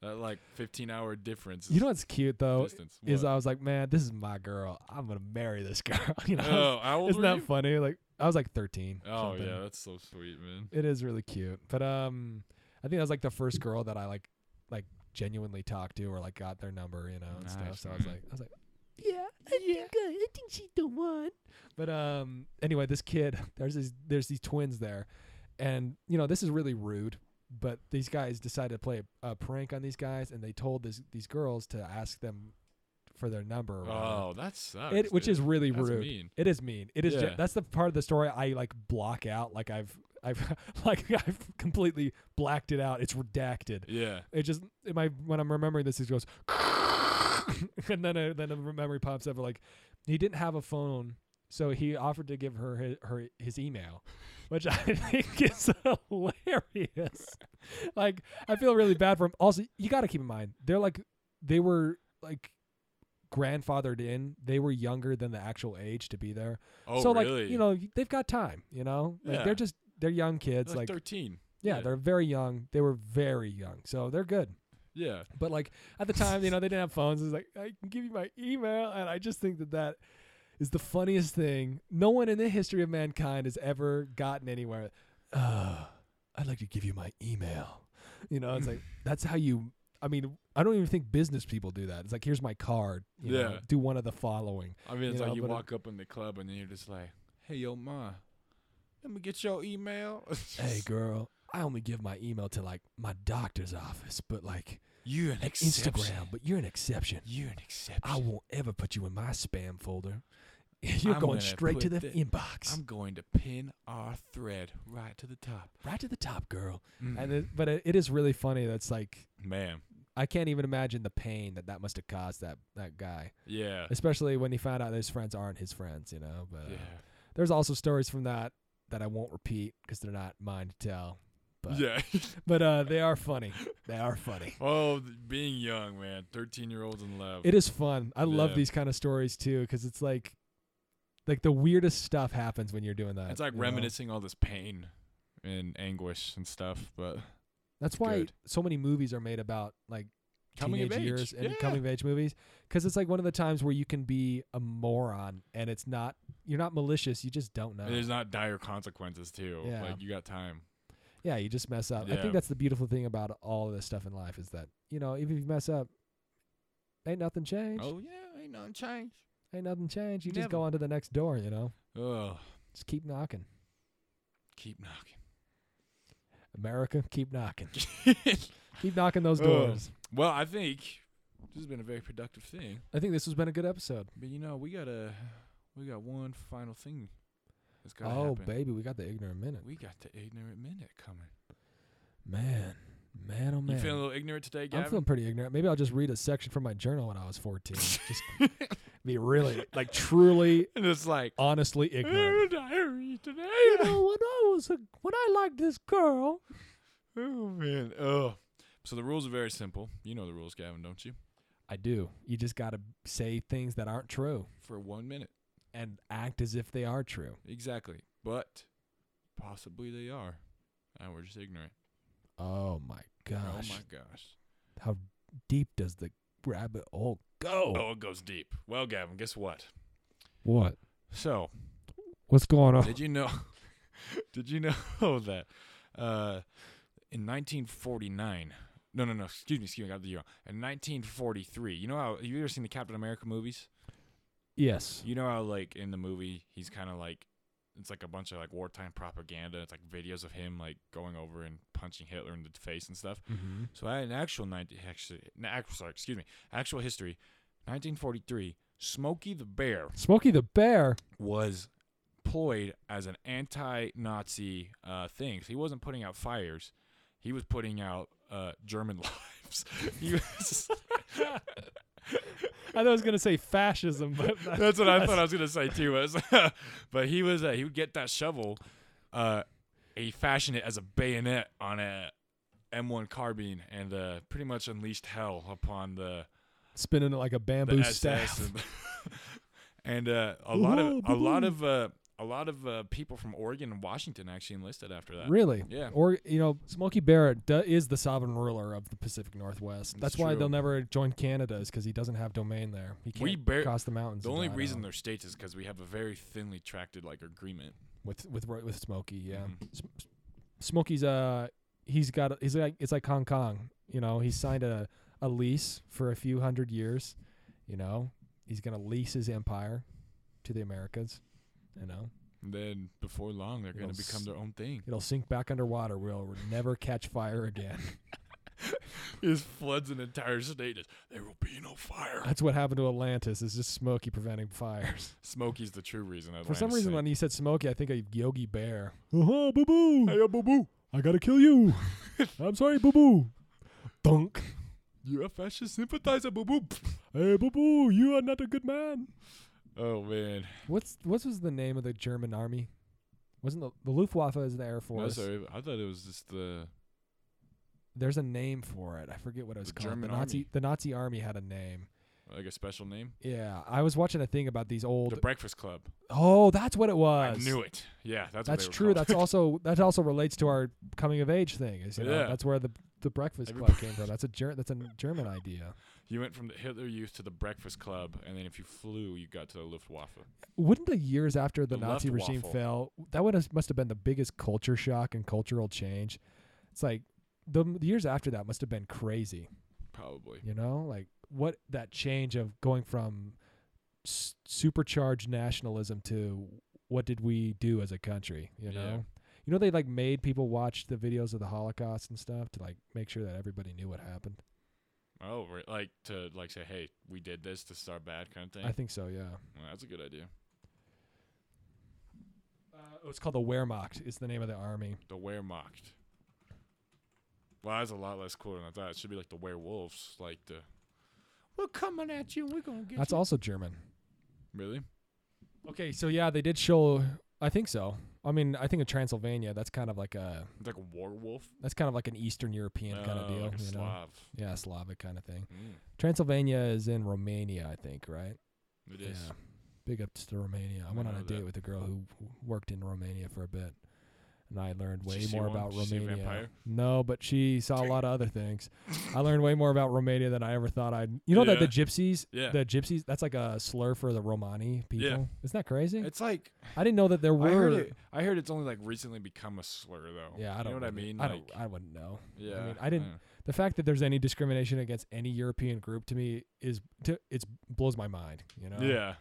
that like 15 hour difference.
You
is
know what's cute though
distance.
is
What?
I was like, man, this is my girl. I'm gonna marry this girl. you know,
oh, how old
isn't
were
that
you?
funny? Like I was like 13.
Oh
something.
yeah, that's so sweet, man.
It is really cute. But um I think that was like the first girl that I like like genuinely talked to or like got their number, you know, and stuff.
Nice, Mm-hmm.
So I was
man.
like I was like yeah, I think uh, I think she's the one. But um, anyway, this kid, there's these there's these twins there, and you know this is really rude. But these guys decided to play a, a prank on these guys, and they told this, these girls to ask them for their number. or whatever.
Oh, that sucks.
It, which
dude.
is really
That's
rude.
mean.
It is mean. It is. ju-
Yeah.
that's the part of the story I like block out. Like I've, I've, like I've completely blacked it out. It's redacted.
Yeah.
It just in my when I'm remembering this, it goes, and then a, then a memory pops up. Like he didn't have a phone, so he offered to give her his, her his email, which I think is hilarious. like I feel really bad for him. Also, you got to keep in mind they're like they were like grandfathered in. They were younger than the actual age to be there.
Oh,
so like
really?
you know they've got time. You know like
Yeah.
they're just they're young kids. Like,
like, thirteen.
yeah,
yeah.
they're very young. They were very young, so they're good.
Yeah.
But like at the time, you know, they didn't have phones. It's like I can give you my email, and I just think that that is the funniest thing. No one in the history of mankind has ever gotten anywhere. Uh, I'd like to give you my email. You know, it's like that's how you. I mean, I don't even think business people do that. It's like here's my card. you know,
Yeah.
do one of the following.
I mean, it's
You
like
know,
you
but it-
walk up in the club and then you're just like, "Hey, yo, ma, let me get your email."
Hey, girl. I only give my email to like my doctor's office, but like
you an
an
exception.
Instagram. But you're an exception.
You an exception.
I won't ever put you in my spam folder. You're
I'm
going
gonna
straight to
put
the
the-
inbox,
I'm going to pin our thread right to the top.
right to the top, girl.
Mm.
And it, but it, it is really funny. That's like
Man,
I can't even imagine the pain that that must have caused that that guy,
yeah,
especially when he found out his friends aren't his friends. You know, but uh,
yeah,
there's also stories from that that I won't repeat because they're not mine to tell. But
yeah.
but uh, they are funny. They are funny.
oh, th- being young, man, thirteen-year-olds in love.
It is fun. I love
Yeah.
these kind of stories too because it's like like the weirdest stuff happens when you're doing that.
It's like
uh, you know?
reminiscing all this pain and anguish and stuff, but
That's why
good.
so many movies are made about like
coming
teenage
of age,
years and
yeah.
coming of age movies because it's like one of the times where you can be a moron and it's not you're not malicious you just don't know
And there's not dire consequences too.
uh, Yeah.
Like you got time.
yeah you just mess up i
Yeah.
think that's the beautiful thing about all of this stuff in life is that you know even if you mess up ain't nothing changed
Oh yeah, ain't nothing changed.
ain't nothing changed you just
Never.
go on to the next door you know
Oh,
just keep knocking
keep knocking.
america keep knocking keep knocking those
Oh.
doors
well, I think this has been a very productive thing,
i think this has been a good episode
but you know we gotta we got one final thing that's gotta
oh
happen.
baby we got the ignorant minute
We got the ignorant minute coming.
man man oh man
You feeling a little ignorant today, Gavin?
I'm feeling pretty ignorant. Maybe I'll just read a section from my journal when I was 14. just be really, like, truly,
and it's like
honestly
"I
ignorant.
had a diary today.
when I was a, when I liked this girl,
oh man. Oh. So the rules are very simple. You know the rules, Gavin, don't you?
I do. You just gotta say things that aren't true
For one minute.
and act as if they are true.
Exactly. But possibly they are. And we're just ignorant.
Oh my gosh!
Oh my gosh.
How deep does the rabbit hole go?
Oh, it goes deep. Well, Gavin, guess what?
What?
So,
What's going on?
did you know did you know that uh in 1949 no, no, no. Excuse me. Excuse me. I got the year wrong. In 1943, you know how you ever seen the Captain America movies?
yes.
You know how like in the movie he's kind of like it's like a bunch of like wartime propaganda. It's like videos of him like going over and punching Hitler in the face and stuff.
Mm-hmm.
So I had an actual 90, actually, an actual, sorry, excuse me, actual history. 1943, Smokey the Bear
Smokey the Bear.
was employed as an anti-Nazi uh, thing. So he wasn't putting out fires; he was putting out uh, German lives. He was-
I thought I was gonna say fascism, but
that's what I thought I was gonna say too. Was, but he was uh, he would get that shovel, uh, he fashioned it as a bayonet on a M1 carbine, and uh, pretty much unleashed hell upon the
spinning it like a
the
bamboo
SS
staff.
and, and, uh, a lot of a
Whoa,
lot
boo-boo.
of uh, a lot of uh, people from Oregon and Washington actually enlisted after that.
Really?
Yeah.
Or you know, Smokey Barrett do- is the sovereign ruler of the Pacific Northwest.
That's
That's, why
true.
they'll never join Canada is because he doesn't have domain there. He can't
We bar-
cross the mountains.
The
and
only
die
reason
down.
they're states is because we have a very thinly tracted like agreement.
with with Ro- with Smokey, yeah.
Mhm.
S- S- Smokey's uh, he's got a- he's like it's like Hong Kong. You know, he signed a a lease for a few hundred years. You know, He's gonna lease his empire to the Americas. You know,
Then before long, they're
It'll
going to become
s-
their own thing.
it'll sink back underwater. We'll never catch fire again.
It just floods an entire state. It's, There will be no fire.
That's what happened to Atlantis. Is just Smokey preventing fires.
Smoky's the true reason.
For some
Atlantis
reason,
sank.
when you said Smokey, I think of Yogi Bear. Uh-huh, boo boo. Hey, boo boo. I gotta kill you. I'm sorry, boo boo. Dunk.
You're a fascist sympathizer, boo boo.
Hey, boo boo. You are not a good man.
Oh, man.
What's what was the name of the German army? Wasn't the, the Luftwaffe is the air
No,
force?
sorry, I thought it was just the.
There's a name for it. I forget what it was
The
called.
German
the Nazi
army.
the Nazi army had a name.
Like a special name?
Yeah, I was watching a thing about these old.
The Breakfast Club.
oh, that's what it
I
was.
knew it. Yeah, that's
That's
what they
true.
Were
That's
called.
also that also relates to our coming of age thing. Is you know,
Yeah.
that's where the the Breakfast Club
Everybody-
came from. That's a ger- that's a German idea.
you went from the Hitler Youth to the Breakfast Club, and then if you flew, you got to the Luftwaffe.
Wouldn't the years after the,
The
Nazi
left
regime
waffle.
fell, that would have must have been the biggest culture shock and cultural change. It's like the, the years after that must have been crazy.
Probably.
You know, like what that change of going from s- supercharged nationalism to what did we do as a country? You
Yeah.
know, you know they like made people watch the videos of the Holocaust and stuff to like make sure that everybody knew what happened.
Oh, right. like to like say, hey, we did this. This is our bad kind of thing.
I think so. Yeah,
Well, that's a good idea.
it was Uh, oh, called the Wehrmacht. It's the name of the army.
The Wehrmacht. Well, that's a lot less cool than I thought. It should be like the werewolves, like the. We're coming at you. We're gonna get
That's
you.
also German.
Really?
Okay, so yeah, they did show. I think so. I mean, I think of Transylvania. That's kind of like a
It's like a werewolf.
that's kind of like an Eastern European kind of
Oh,
deal.
Like a
you know?
Slav.
Yeah, Slavic kind of thing.
Mm,
Transylvania is in Romania, I think, right?
it is.
Yeah. Big ups to Romania. I
I
went on a
know that.
date with a girl who w- worked in Romania for a bit, and I learned
Did
way
she see
more
one?
about
Did she see a
Romania.
vampire?
No, but she saw a lot of other things. I learned way more about Romania than I ever thought I'd. You know that the gypsies,
Yeah.
the gypsies, that's like a slur for the Romani people. Isn't that crazy?
It's like
I didn't know that there were.
I heard it. I heard it's only like recently become a slur though.
Yeah, I
You
don't
know what I
really-
mean.
I
like,
don't. I wouldn't know.
yeah,
mean, I didn't- The fact that there's any discrimination against any European group to me is to it's blows my mind. You know.
Yeah. yeah.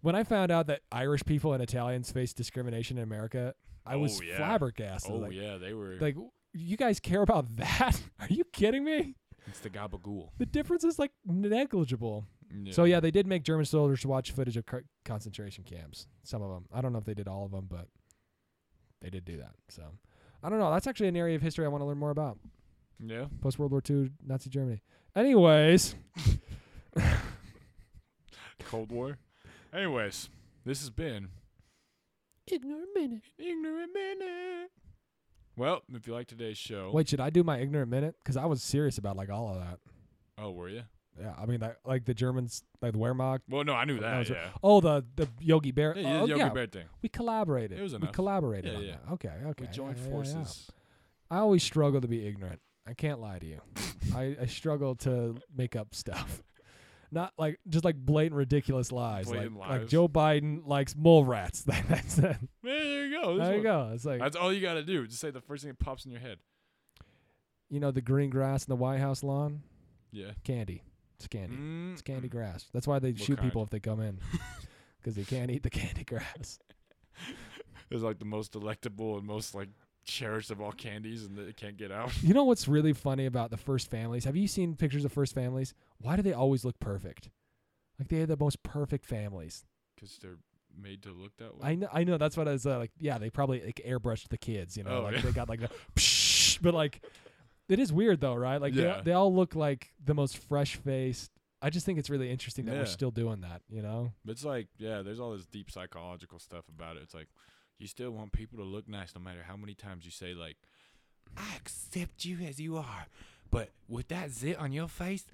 When I found out that Irish people and Italians face discrimination in America, I was
Oh, yeah.
flabbergasted.
Oh
like,
yeah, they were.
like you guys care about that? Are you kidding me?
it's the gabagool.
The difference is like negligible. So yeah, they did make German soldiers watch footage of cr- concentration camps. Some of them. I don't know if they did all of them, but they did do that. So I don't know. That's actually an area of history I want to learn more about.
Yeah.
Post World War II Nazi Germany. Anyways,
Cold War. Anyways, this has been
ignorant minute.
ignorant minute. Well, if you like today's show,
Wait, should I do my ignorant minute? Because I was serious about like all of that.
oh, were you?
Yeah, I mean, like, like the Germans, like the Wehrmacht.
Well, no, I knew
That
that.
was-
yeah.
Oh, the the Yogi Bear.
Yeah, you did
oh,
the Yogi
yeah.
Bear thing.
We collaborated.
It was
we
enough.
collaborated.
Yeah,
on
yeah.
that. Okay, okay.
We joined
yeah, yeah, yeah,
forces.
yeah. I always struggle to be ignorant. I can't lie to you. I, I struggle to make up stuff. Not like just like blatant ridiculous lies.
Blatant
like, like
lies.
Joe Biden likes mole rats. That's it.
Yeah, there you go. This
There you
one.
go. It's like
That's all you gotta do. Just say the first thing that pops in your head.
you know the green grass in the White House lawn,
Yeah.
candy. It's candy.
Mm,
It's candy
mm.
grass. That's why they
What
shoot
kind?
people if they come in, because they can't eat the candy grass.
It's like the most delectable and most like cherished of all candies, and that it can't get out.
You know what's really funny about the first families? Have you seen pictures of first families? Why do they always look perfect? Like they have the most perfect families.
Because they're made to look that way.
I know. I know. That's what I was uh, like. Yeah, they probably like airbrushed the kids. You know,
Oh,
like
yeah.
they got like the psh, but like it is weird though, right? Like
Yeah.
they, they all look like the most fresh faced. I just think it's really interesting that
Yeah.
we're still doing that. You know.
It's like, yeah, there's all this deep psychological stuff about it. It's like, you still want people to look nice no matter how many times you say, like, I accept you as you are, but with that zit on your face,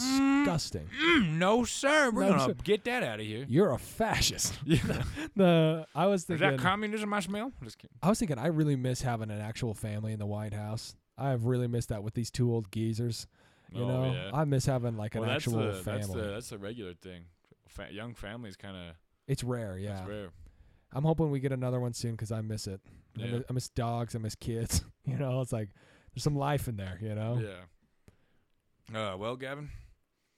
Disgusting.
mm, no, sir. We're
No,
going
sir.
to get that out of here.
You're a fascist.
Yeah.
The I was
Is
thinking.
that communism I smell? Just kidding.
I was thinking I really miss having an actual family in the White House. I have really missed that with these two old geezers. You
Oh,
know,
yeah.
I miss having like an
Well, that's
actual
the,
family.
that's, the, that's the regular thing. Fa- young families kind of,
it's rare, yeah.
it's rare.
I'm hoping we get another one soon because I miss it. I,
Yeah.
miss, I miss dogs. I miss kids. You know, it's like there's some life in there. You know,
Yeah. Uh, well, Gavin,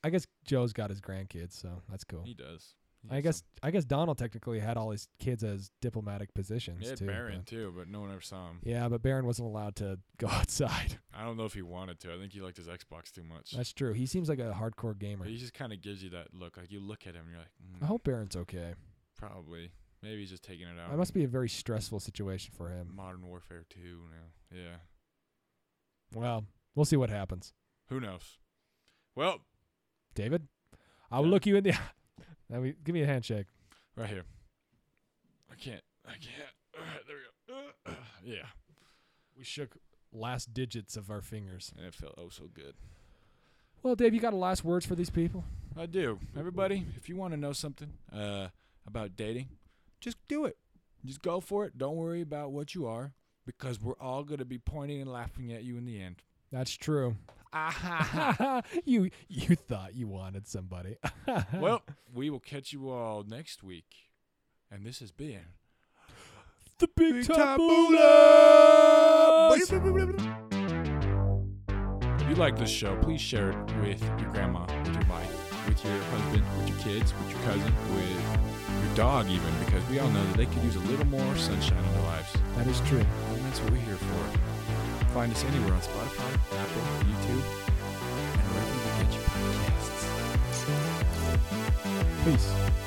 I guess Joe's got his grandkids, so that's cool.
He does. He
I
has
guess
some-
I guess Donald technically had all his kids as diplomatic positions
he had
too.
Barron
but-
too, but no one ever saw him.
yeah, but Barron wasn't allowed to go outside.
I don't know if he wanted to. I think he liked his Xbox too much.
That's true. He seems like a hardcore gamer.
But he just kind of gives you that look. Like you look at him, and you're like, mm,
I hope Barron's okay.
probably. Maybe he's just taking it out.
That must
on
be a very stressful situation for him.
Modern Warfare 2 now. Yeah.
Well, we'll see what happens.
Who knows? Well,
David, I will
Yeah.
look you in the. Now we- give me a handshake.
right here. I can't. I can't. All right, there we go. yeah.
We shook last digits of our fingers.
And it felt oh so good.
Well, Dave, you got a last words for these people?
I do. Everybody, if you want to know something uh, about dating, just do it. Just go for it. Don't worry about what you are because we're all going to be pointing and laughing at you in the end.
That's true.
Ah, ha, ha.
you you thought you wanted somebody.
well, we will catch you all next week. And this has been
the big, time
Boys. If you like this show, please share it with your grandma, with your wife, with your husband, with your kids, with your cousin, with your dog, even, because we all know that they could use a little more sunshine in their lives.
That is true.
And that's what we're here for. Find us anywhere on Spotify, Apple, YouTube, and wherever you get your podcasts.
Peace.